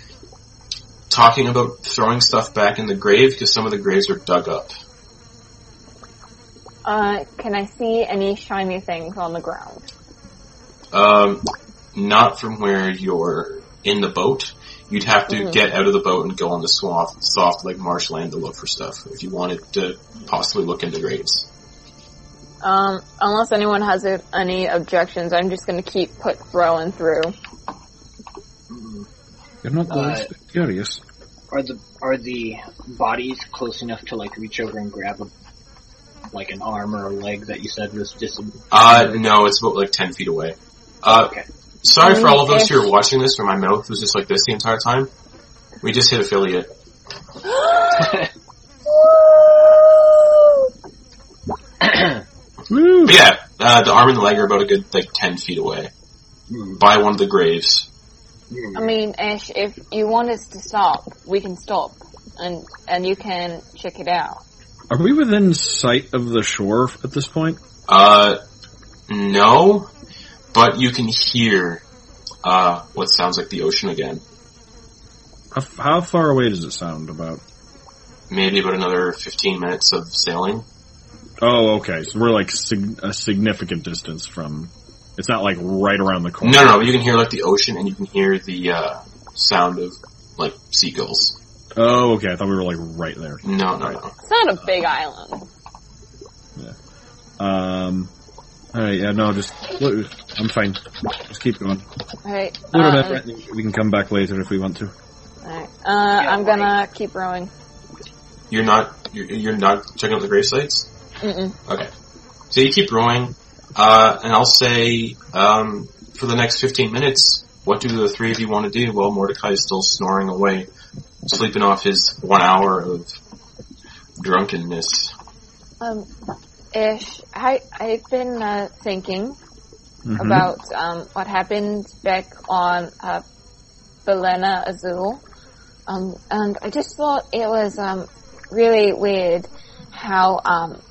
talking about throwing stuff back in the grave because some of the graves are dug up Uh, can I see any shiny things on the ground? um, not from where you're in the boat you'd have to Mhm. get out of the boat and go on the soft, soft like marshland to look for stuff if you wanted to possibly look into graves Um, unless anyone has uh, any objections, I'm just gonna keep put rowing through. Mm-hmm. You're not the Uh, least bit curious. are the are the bodies close enough to like reach over and grab a like an arm or a leg that you said was just uh, no it's about like 10 feet away uh, okay. Sorry for all of us Yes. who are watching this where my mouth was just like this the entire time. We just hit affiliate. Woo! But yeah, uh, the arm and the leg are about a good like ten feet away Hmm, by one of the graves. hmm. I mean, Ash, if you want us to stop, we can stop, and and you can check it out. Are we within sight of the shore at this point? Uh, no, but you can hear uh what sounds like the ocean again. How, how far away does it sound about? Maybe about another fifteen minutes of sailing. Oh, okay. So we're like sig- a significant distance from. It's not like right around the corner. No, no, but you can hear like the ocean and you can hear the uh, sound of like seagulls. Oh, okay. I thought we were like right there. No, no, no. It's not a big island. Um. All right. Yeah. No. Just. I'm fine. Just keep going. Right? We're Um, about- We can come back later if we want to. alright. Uh, I'm gonna keep rowing. You're not. You're, you're not checking out the grave sites. Mm-mm. Okay. So you keep rowing, uh, and I'll say um, for the next 15 minutes, what do the three of you want to do? Well, Mordecai is still snoring away, sleeping off his one hour of drunkenness. Um, ish. I I've been uh, thinking about um, what happened back on uh, Belena Azul, um, and I just thought it was um, really weird how um,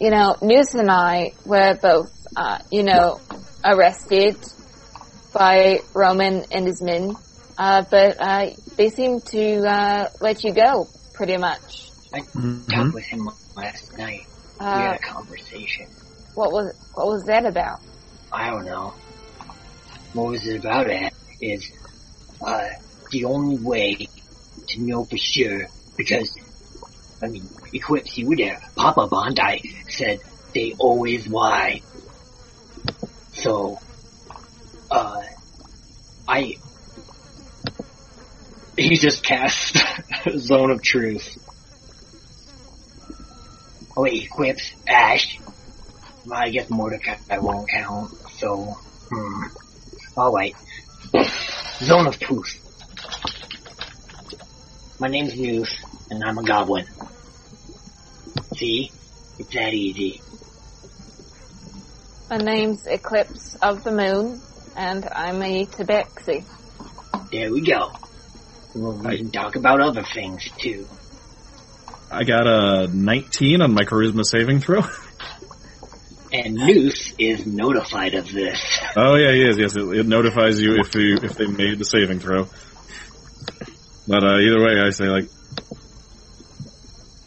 you know News and I were both uh, you know arrested by Roman and his men, uh, but uh, they seem to uh, let you go pretty much. Talked with him last night. Uh, we had a conversation. What was what was that about? I don't know. What was it about it is, uh, the only way to know for sure, because, I mean, Eclipse, you were there. Papa Bondi said they always lie. So, uh, I, he just cast Zone of Truth. Oh wait, Eclipse, Ash, well, I guess Mordecai won't count, so, hmm. Alright. Zone of Truth. My name's Noose, and I'm a goblin. See? It's that easy. My name's Eclipse of the Moon, and I'm a Tabaxi. There we go. Well, we can talk about other things, too. I got a 19 on my charisma saving throw. And Noose is notified of this. Oh yeah, he is. Yes, it, it notifies you if you if they made the saving throw. But uh, either way, I say like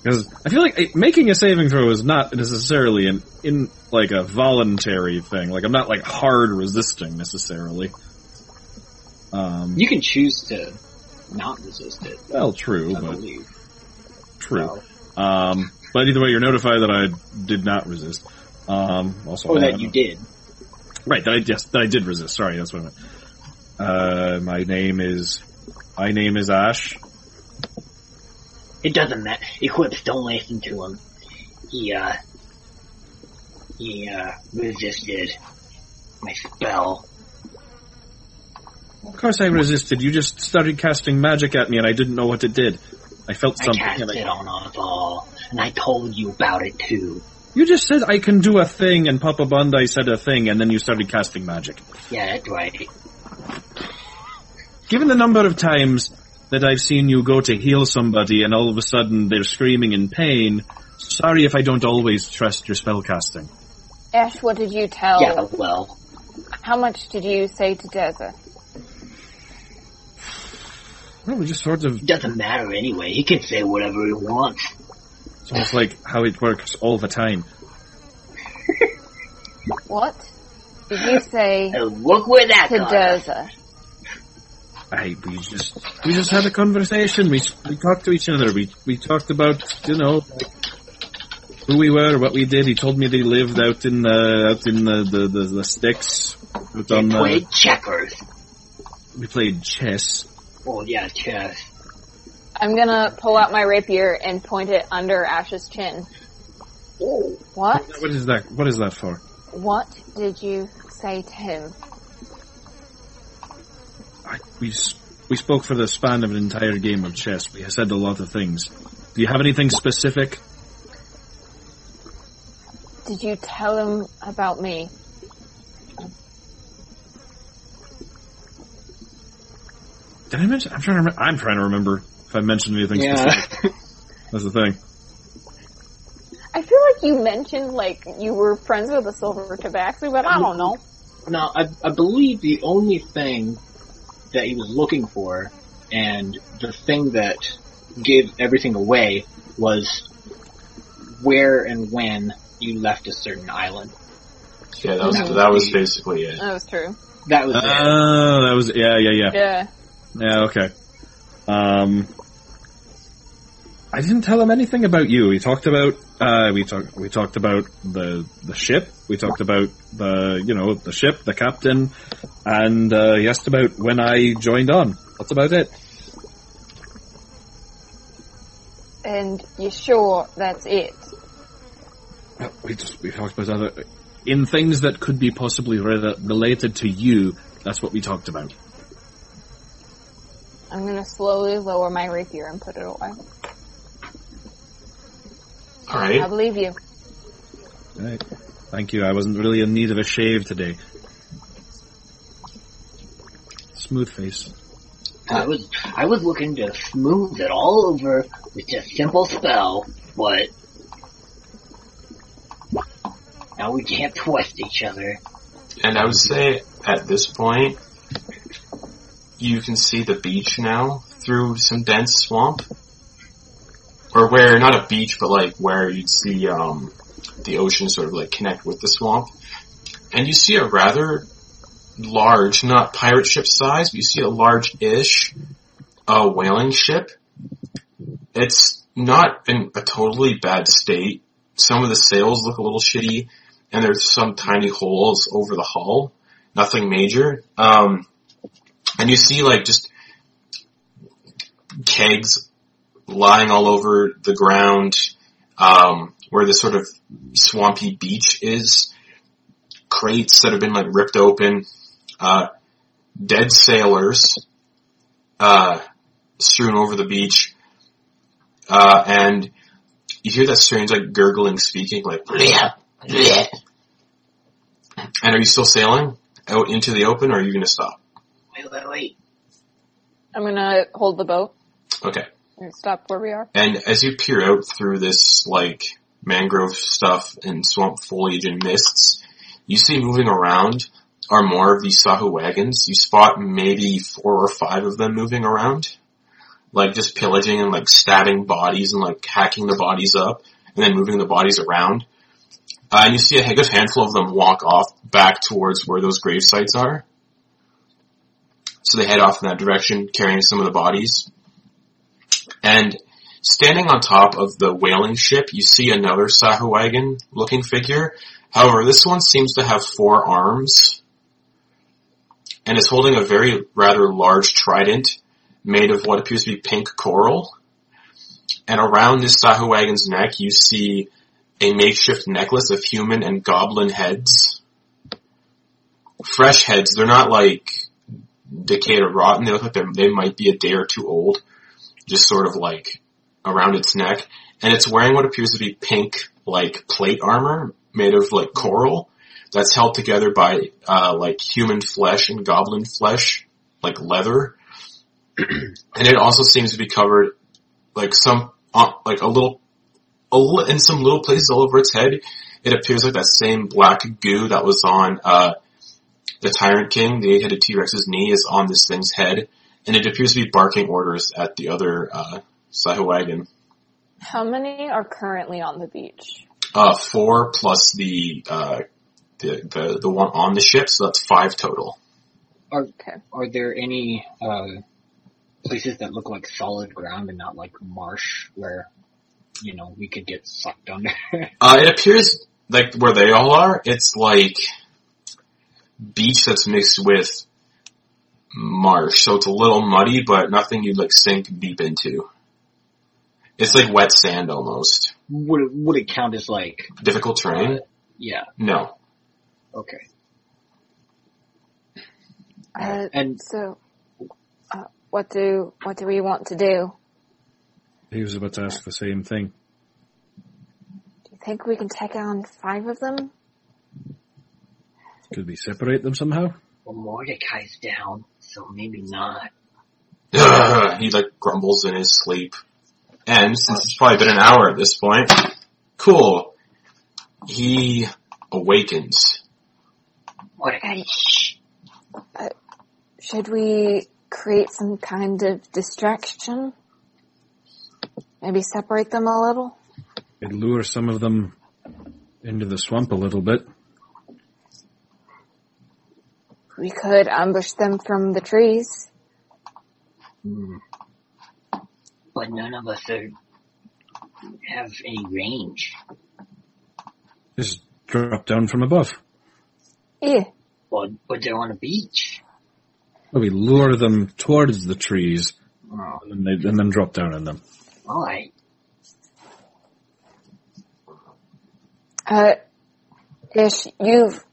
because I feel like eh, making a saving throw is not necessarily an in like a voluntary thing. Like I'm not like hard resisting necessarily. Um, You can choose to not resist it, well, true, I but believe. Mm-hmm. true. So- Um, but either way, you're notified that I did not resist. Um, also, or I- Oh, that you did. Right, that I yes, that I did resist. Sorry, that's what I meant. Uh, my name is my name is Ash. It doesn't matter. Equips, don't listen to him. He, uh, he, uh, resisted my spell. Of course, I resisted. You just started casting magic at me, and I didn't know what it did. I felt I something. cast and I- it on us all, and I told you about it too. you just said I can do a thing, and Papa Bandai said a thing, and then you started casting magic. Yeah, that's right. Given the number of times that I've seen you go to heal somebody, and all of a sudden they're screaming in pain. Sorry if I don't always trust your spell casting. Ash, what did you tell? Yeah, well, How much did you say to Deza? Well, we just sort of it doesn't matter anyway. He can say whatever he wants. it's almost like how it works all the time. What did you say And look where that to got us. Deza? I we just we just had a conversation. We we talked to each other. We we talked about you know who we were, what we did. He told me they lived out in the out in the the, the, the sticks. Out on, They uh, played checkers. we played chess. Oh yeah, chess. I'm gonna pull out my rapier and point it under Ash's chin. What? What is that? What is that for? What did you say to him? I, we s- we spoke for the span of an entire game of chess. We said a lot of things. Do you have anything specific? Did you tell him about me? Did I mention? I'm trying to. Remember, I'm trying to remember if I mentioned anything Yeah. specific. That's the thing. I feel like you mentioned like you were friends with a silver tabaxi, but I don't know. Now, I, I believe the only thing that he was looking for, and the thing that gave everything away, was where and when you left a certain island. Yeah, that was That that was was the- basically it. That was true. That was Oh, it. that was yeah, yeah, yeah. Yeah. Yeah, okay. Um, I didn't tell him anything about you. We talked about uh, we talked we talked about the the ship. We talked about the you know the ship, the captain, and uh, he asked about when I joined on. That's about it. And you're sure that's it? We just we talked about other in things that could be possibly re- related to you. That's what we talked about. I'm gonna slowly lower my rapier and put it away. All I right. believe you. Alright. Thank you. I wasn't really in need of a shave today. Smooth face. I was I was looking to smooth it all over with just simple spell, but now we can't twist each other. And I would say at this point, you can see the beach now through some dense swamp. Or where, not a beach, but like where you'd see um, the ocean sort of like connect with the swamp. And you see a rather large, not pirate ship size, but you see a large-ish uh, whaling ship. It's not in a totally bad state. Some of the sails look a little shitty and there's some tiny holes over the hull. Nothing major. Um, and you see like just kegs lying all over the ground, um, where this sort of swampy beach is. Crates that have been like ripped open, uh, dead sailors, uh, strewn over the beach, uh, and you hear that strange like gurgling speaking like, bleh, bleh. And are you still sailing out into the open, or are you going to stop? Wait, wait, wait. I'm gonna hold the boat Okay. and stop where we are. And as you peer out through this like mangrove stuff and swamp foliage and mists, you see moving around are more of these Sahu wagons. You spot maybe four or five of them moving around. Like just pillaging and like stabbing bodies and like hacking the bodies up and then moving the bodies around. Uh, and you see a good handful of them walk off back towards where those grave sites are. So they head off in that direction, carrying some of the bodies. And Standing on top of the whaling ship, you see another Sahuagin looking figure. However, this one seems to have four arms and is holding a very rather large trident made of what appears to be pink coral. And around this Sahuagin's neck, you see a makeshift necklace of human and goblin heads. Fresh heads, they're not like decayed or rotten, they look like they're- they might be a day or two old. Just sort of like around its neck, and it's wearing what appears to be pink, like plate armor made of like coral that's held together by uh, like human flesh and goblin flesh, like leather, and it also seems to be covered like some uh, like a little, a li- in some little places all over its head. It appears like that same black goo that was on uh, the Tyrant King, the eight-headed T-Rex's knee, is on this thing's head, and it appears to be barking orders at the other uh, Sahuagin. How many are currently on the beach? Uh, four plus the, uh, the, the, the one on the ship, so that's five total. Okay. Are there any uh, places that look like solid ground and not like marsh where you know we could get sucked under? Uh, it appears, like, where they all are, it's like beach that's mixed with marsh, so it's a little muddy, but nothing you'd, like, sink deep into. It's like wet sand almost. would it, would it count as like Difficult terrain? yeah? No. Okay. Uh, And so, uh, what do what do we want to do? He was about to uh, ask the same thing. Do you think we can take on five of them? Could we separate them somehow? well, Mordecai's down, so maybe not. he, like, grumbles in his sleep. And since it's probably been an hour at this point, cool. He awakens. Mordecai, shh. uh, Should we create some kind of distraction? Maybe separate them a little. It lures some of them into the swamp a little bit. We could ambush them from the trees. Hmm. But none of us are have any range. Just drop down from above. Yeah. Well, but they're on a beach. Well, we lure them towards the trees Oh, and, they, and then drop down on them. all right. Uh, Ish, you've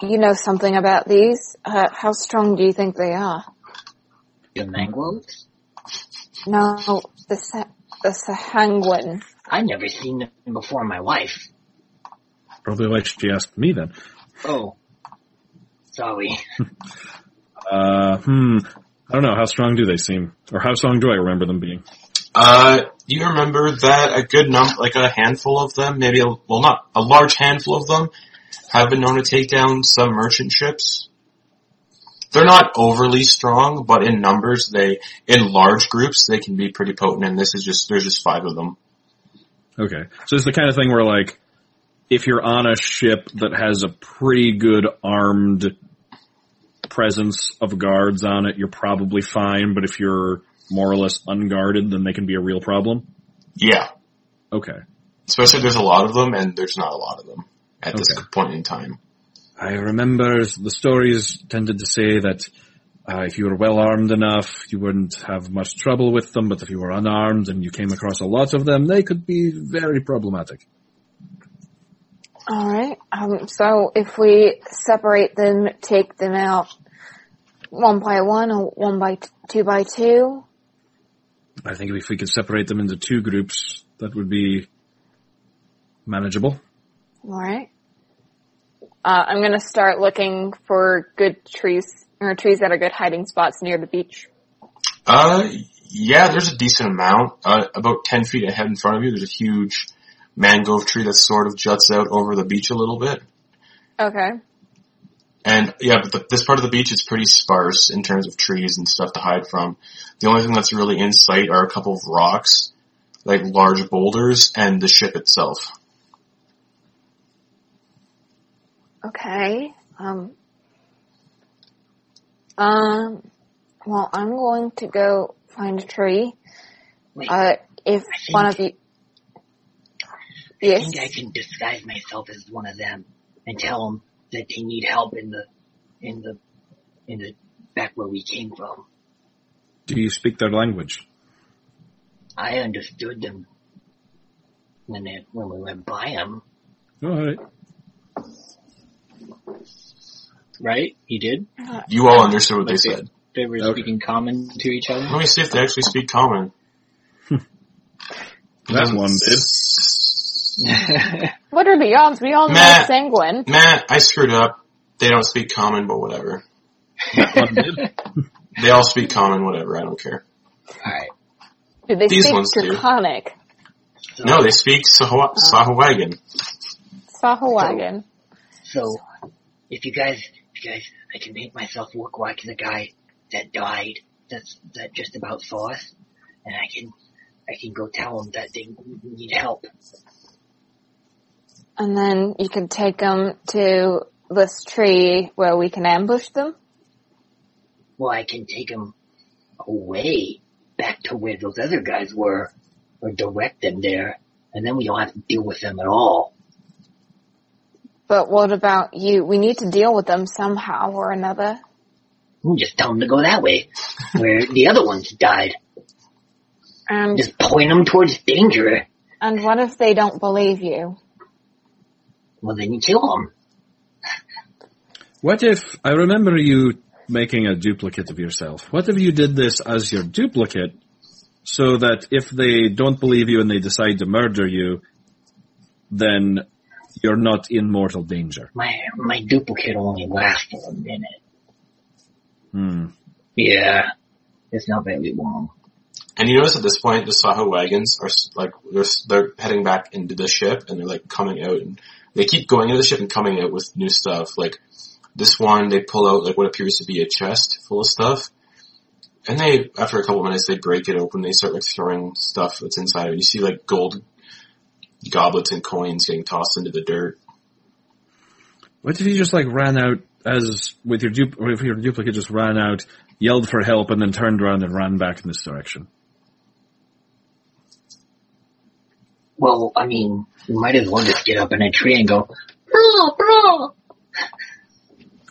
you know something about these. Uh, how strong do you think they are? The mangroves? No, the sa- the sahanguin. I've never seen them before in my life. Probably why she asked me then. Oh. Sorry. Uh, hmm. I don't know. How strong do they seem? Or how strong do I remember them being? Uh, you remember that a good number, like a handful of them, maybe a, well not, a large handful of them have been known to take down some merchant ships. They're not overly strong, but in numbers they, in large groups, they can be pretty potent and this is just, there's just five of them. Okay. So it's the kind of thing where like, if you're on a ship that has a pretty good armed presence of guards on it, you're probably fine, but if you're more or less unguarded, then they can be a real problem. Yeah. Okay. Especially if there's a lot of them and there's not a lot of them at this Okay. point in time. I remember the stories tended to say that uh, if you were well armed enough, you wouldn't have much trouble with them, but if you were unarmed and you came across a lot of them, they could be very problematic. All right. Um, so if we separate them, take them out one by one or one by t- two by two. I think if we could separate them into two groups, that would be manageable. All right. Uh, I'm gonna start looking for good trees or trees that are good hiding spots near the beach. Uh, yeah, there's a decent amount. Uh, about 10 feet ahead in front of you, there's a huge mangrove tree that sort of juts out over the beach a little bit. Okay. And yeah, but the, this part of the beach is pretty sparse in terms of trees and stuff to hide from. The only thing that's really in sight are a couple of rocks, like large boulders, and the ship itself. Okay. Um. Um. Well, I'm going to go find a tree. Wait, Uh, if one of you. I Yes. think I can disguise myself as one of them and tell them that they need help in the, in the, in the, back where we came from. Do you speak their language? I understood them when they, when we went by them, Alright. Right? You did? You all understood what they Like said. They were Okay. speaking common to each Let other? me see if they actually speak common. That one did. What are the odds? We all know Meh. sanguine. Matt, I screwed up. They don't speak common, but whatever. They all speak common, whatever. I don't care. Alright. Do they These speak ones do. draconic? So, No, they speak Sahawa- Sahawagon. Sahawagon. So, if you guys, if you guys, I can make myself look like the guy that died, that's, that just about saw us, and I can, I can go tell them that they need help. And then you can take them to this tree where we can ambush them. Well, I can take them away back to where those other guys were, or direct them there, and then we don't have to deal with them at all. But what about you? We need to deal with them somehow or another. We'll Just tell them to go that way, where the other ones died. And Just point them towards danger, and what if they don't believe you? well then you kill them. What if I remember you making a duplicate of yourself? What if you did this as your duplicate so that if they don't believe you and they decide to murder you, then you're not in mortal danger? My, my duplicate only lasts for a minute. Hmm. Yeah, it's not very long. And you notice at this point, the Saho wagons are s- like they're s- they're heading back into the ship, and they're like coming out, and they keep going into the ship and coming out with new stuff. Like this one, they pull out like what appears to be a chest full of stuff, and they after a couple of minutes, they break it open. They start like throwing stuff that's inside, and you see like gold goblets and coins getting tossed into the dirt. What if you just like ran out as with your dup- or if your duplicate just ran out, yelled for help, and then turned around and ran back in this direction? Well, I mean, we might as well just get up in a tree and go, bro, bro.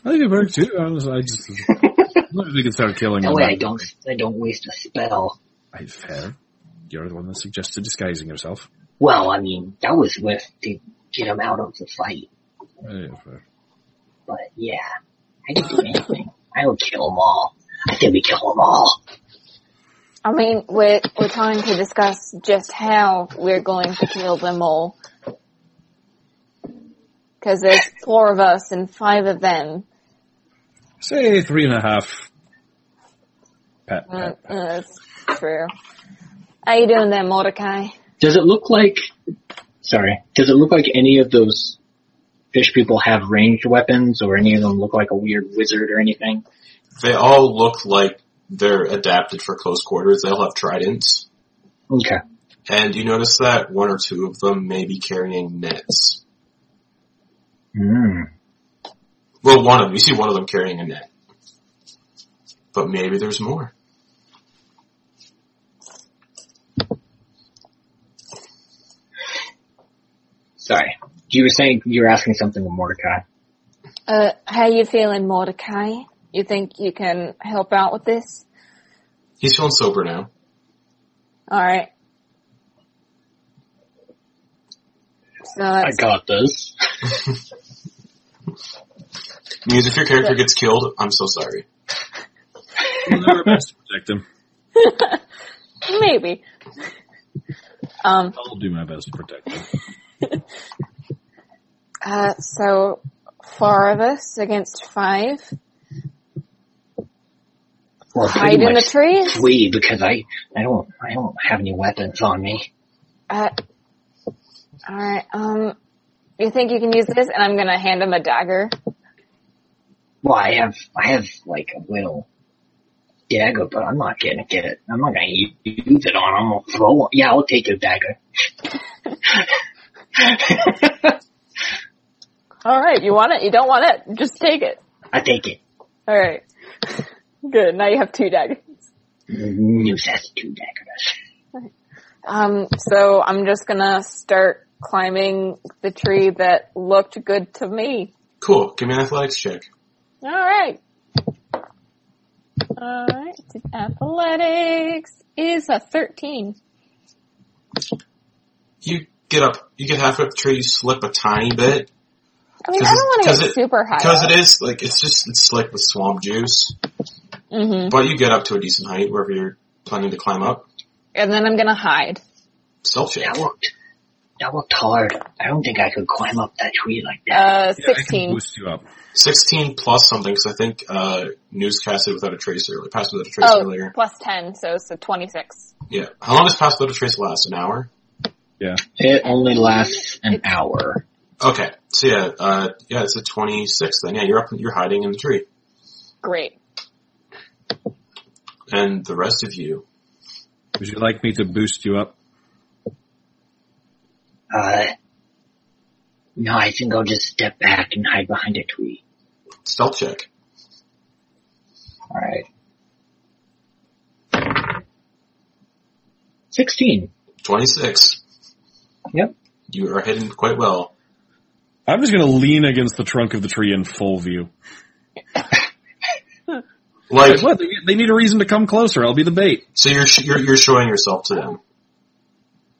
I think it worked too. I, was, I just as long as we can start killing That them. way I don't, I don't waste a spell. I, fair. You're the one that suggested disguising yourself. Well, I mean, that was with to get him out of the fight. Uh, yeah, fair. But yeah, I can do anything. I will kill them all. I say we kill them all. I mean, we're we're trying to discuss just how we're going to kill them all. because there's four of us and five of them. Say three and a half. Pat, Mm, pat. mm, that's true. How you doing there, Mordecai? Does it look like, sorry, does it look like any of those fish people have ranged weapons or any of them look like a weird wizard or anything? They all look like they're adapted for close quarters. They all have tridents. Okay. And you notice that one or two of them may be carrying nets. Mm. Well, one of them. You see one of them carrying a net. But maybe there's more. Sorry. You were saying, you were asking something of Mordecai. Uh, how you feeling, Mordecai? You think you can help out with this? He's feeling sober now. All right. So I that's got this. Means if your character gets killed, I'm so sorry. We'll do our best to protect him. maybe. um. I'll do my best to protect him. Uh. So four of us against five. Well, Hide pretty in the much trees. flee because I, I don't, I don't have any weapons on me. Uh, all right. Um. You think you can use this? And I'm gonna hand him a dagger. Well, I have, I have like a little dagger, but I'm not gonna get it. I'm not gonna u- use it on. I'm gonna throw. It. Yeah, I'll take your dagger. All right. You want it? You don't want it? Just take it. I take it. All right. Good. Now you have two daggers. Noose has two daggers. Um, so I'm just gonna start climbing the tree that looked good to me. Cool. Give me an athletics check. Alright. Alright, athletics is a 13. You get up, you get halfway up the tree, you slip a tiny bit, I mean, I 'Cause don't want to it's- 'cause get it- super high. Because it is like it's just it's slick with swamp juice. hmm But you get up to a decent height wherever you're planning to climb up. And then I'm gonna hide. Uh, Stealth check. That looked, that looked hard. I don't think I could climb up that tree like that. Uh, Yeah, I can 16. boost you up. Sixteen plus something because I think uh, news casted without a trace earlier. Passed without a trace Oh, earlier. plus 10, so it's a 26. Yeah. How long does pass without a trace last? An hour. It only lasts an hour. Okay. So yeah, uh, yeah, it's a twenty-six. Then yeah, you're up. You're hiding in the tree, Great. and the rest of you. Would you like me to boost you up? Uh, no, I think I'll just step back and hide behind a tree. Stealth check. Alright. 16. Twenty-six. Yep. You are hidden quite well. I'm just gonna lean against the trunk of the tree in full view. Like Like, what? They, they need a reason to come closer. I'll be the bait. so, you're sh- you're you're showing yourself to them.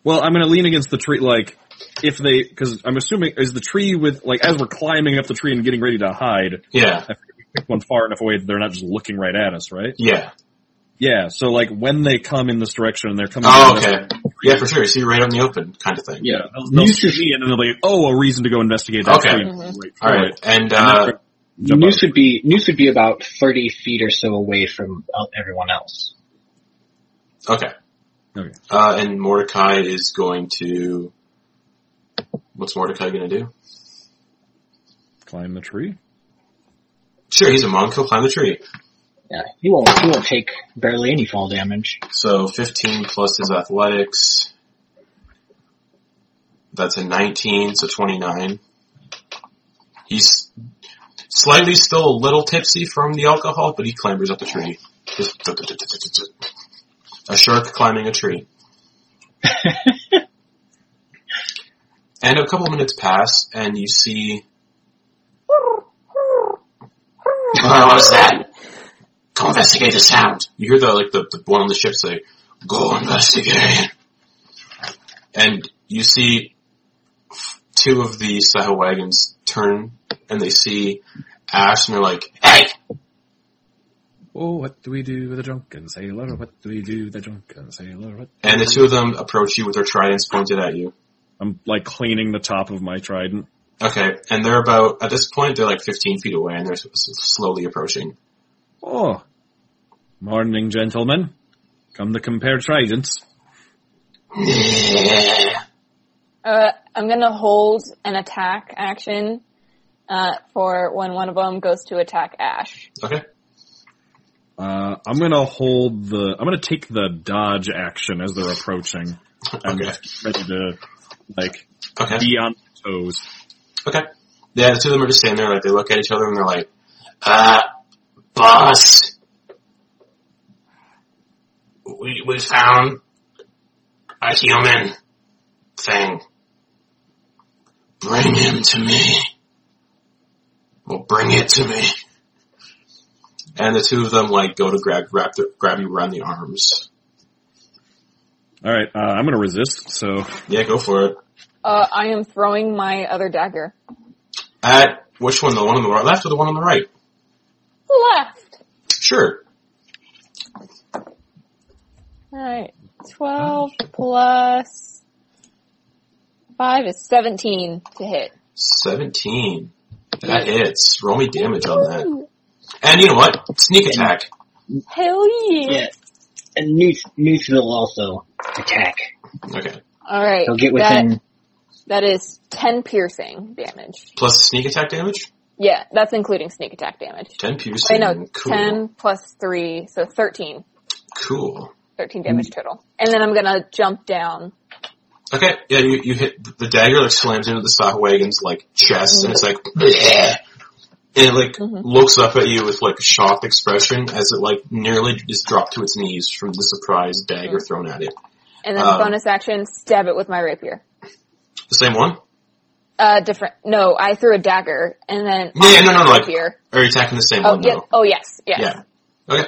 Well, I'm gonna lean against the tree, like, if they, cause I'm assuming, is the tree with, like, as we're climbing up the tree and getting ready to hide, Yeah. pick one far enough away that they're not just looking right at us, right? Yeah. Yeah, so like when they come in this direction and they're coming Oh, in this- okay. Yeah, for sure. You see, right on the open kind of thing. Yeah, they'll, they'll see me and then they'll be like, oh, a reason to go investigate that Okay. tree. Mhm. Right, All right, and uh, Jump Noose would be, Noose would be about 30 feet or so away from el- everyone else. okay, Okay. uh, and Mordecai is going to. What's Mordecai going to do? Climb the tree. Sure, he's a monk. He'll climb the tree. Yeah. He won't, he won't take barely any fall damage. So fifteen plus his athletics. That's a nineteen, so twenty-nine. He's slightly still a little tipsy from the alcohol, but he clambers up the tree. Just a shark climbing a tree. and a couple minutes pass, and you see. Oh, what's that? Go investigate the sound. You hear the like the, the one on the ship say, "Go investigate," and you see two of the Saho wagons turn, and they see Ash, and they're like, "Hey, Oh, what do we do with a drunken sailor? What do we do with a drunken sailor? What? And the two of them approach you with their tridents pointed at you. I'm like cleaning the top of my trident. Okay, and they're about, at this point, they're like 15 feet away and they're s- s- slowly approaching. Oh. Morning, gentlemen. Come to compare tridents. Uh, I'm gonna hold an attack action, uh, for when one of them goes to attack Ash. Okay. Uh, I'm gonna hold the, I'm gonna take the dodge action as they're approaching. And Okay. just ready to, like, Okay. be on toes. Okay. Yeah, the two of them are just standing there, like, they look at each other and they're like, uh, boss, we, we found a human thing. Bring him to me. Well, bring it to me. And the two of them, like, go to grab, grab, the, grab you around the arms. Alright, uh, I'm gonna resist, so. Yeah, go for it. Uh, I am throwing my other dagger. At Uh, which one? The one on the right- left or the one on the right? Left! Sure. Alright. 12 plus 5 is 17 to hit. 17. That hits. Roll me damage on that. And you know what? Sneak attack. Hell yeah! Yeah. And Newt, Newt will also attack. Okay. Alright. He'll get that- within, that is 10 piercing damage. Plus the sneak attack damage? Yeah, that's including sneak attack damage. 10 piercing. Wait, no, cool. 10 plus 3, so 13. Cool. 13 damage total. And then I'm gonna jump down. Okay, yeah, you, you hit, the dagger like slams into the Sockwagon's like chest and it's like, "Bleh." and it like Mhm. looks up at you with like a shocked expression as it like nearly just dropped to its knees from the surprise dagger thrown at it. And then Um. bonus action, stab it with my rapier. The same one? Uh, different. No, I threw a dagger and then. Yeah, yeah, no, no, no, like- Rapier. Are you attacking the same Oh, one? yeah, though? oh yes, yes. Yeah. Okay,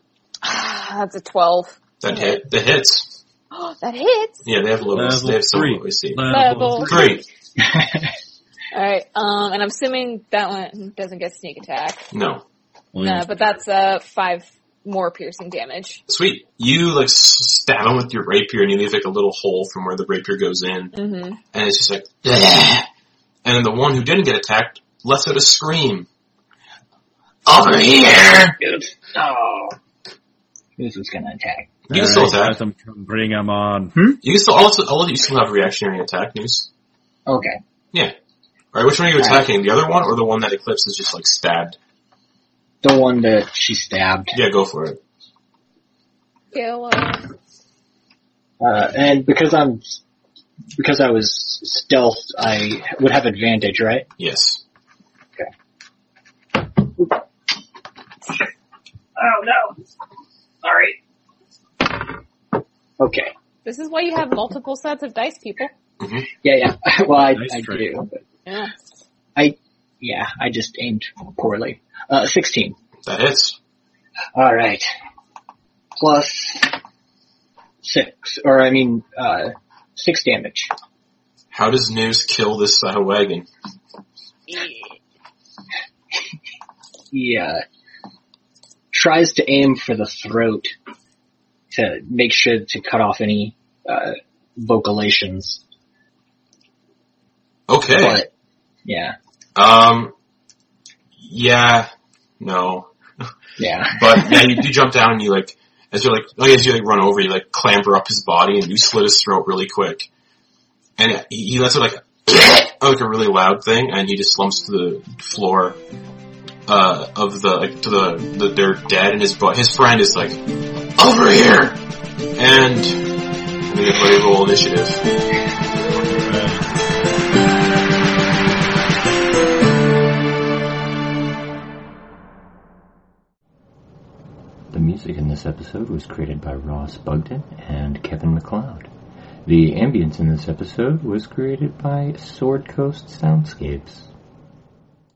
That's a 12. that hit, that hits. that hits! Yeah, they have levels, Level they have some three. levels, see. Level. Three. Alright, um, and I'm assuming that one doesn't get sneak attack. No. Oh, No, but that's, uh, 5 more piercing damage. Sweet. You like s- stab him with your rapier, and you leave like a little hole from where the rapier goes in, hmm and it's just like, "Bleh." and then the one who didn't get attacked lets out a scream. Over here. oh. Newt was gonna attack. You can still attack. Let 'em come, bring 'em on. You can still also all of you still have reactionary attack news. Okay. All right, which one are you Alright. attacking? The other one or the one that Eclipse is just like stabbed? The one that she stabbed. Yeah, go for it. Kill Uh, and because I'm, because I was stealth, I would have advantage, right? Yes. Oh no! Sorry. Okay. This is why you have multiple sets of dice, people. Yeah, yeah. well, I, Nice I try. do. But Yeah. yeah, I just aimed poorly. Uh, 16. That hits. Alright. Plus 6, or I mean, uh, 6 damage. How does News kill this uh, wagon? He, uh, tries to aim for the throat to make sure to cut off any, uh, vocalations. Okay. But, yeah, Um. Yeah. No. yeah. But yeah, you, you jump down and you like, as you're like, like as you like run over, you like clamber up his body and you slit his throat really quick. And he, he lets out like, like a really loud thing, and he just slumps to the floor uh, of the like, to the, the they're dead, and his but his friend is like, over here, and and then everybody roll initiative. The music in this episode was created by Ross Bugden and Kevin McLeod. The ambience in this episode was created by Sword Coast Soundscapes.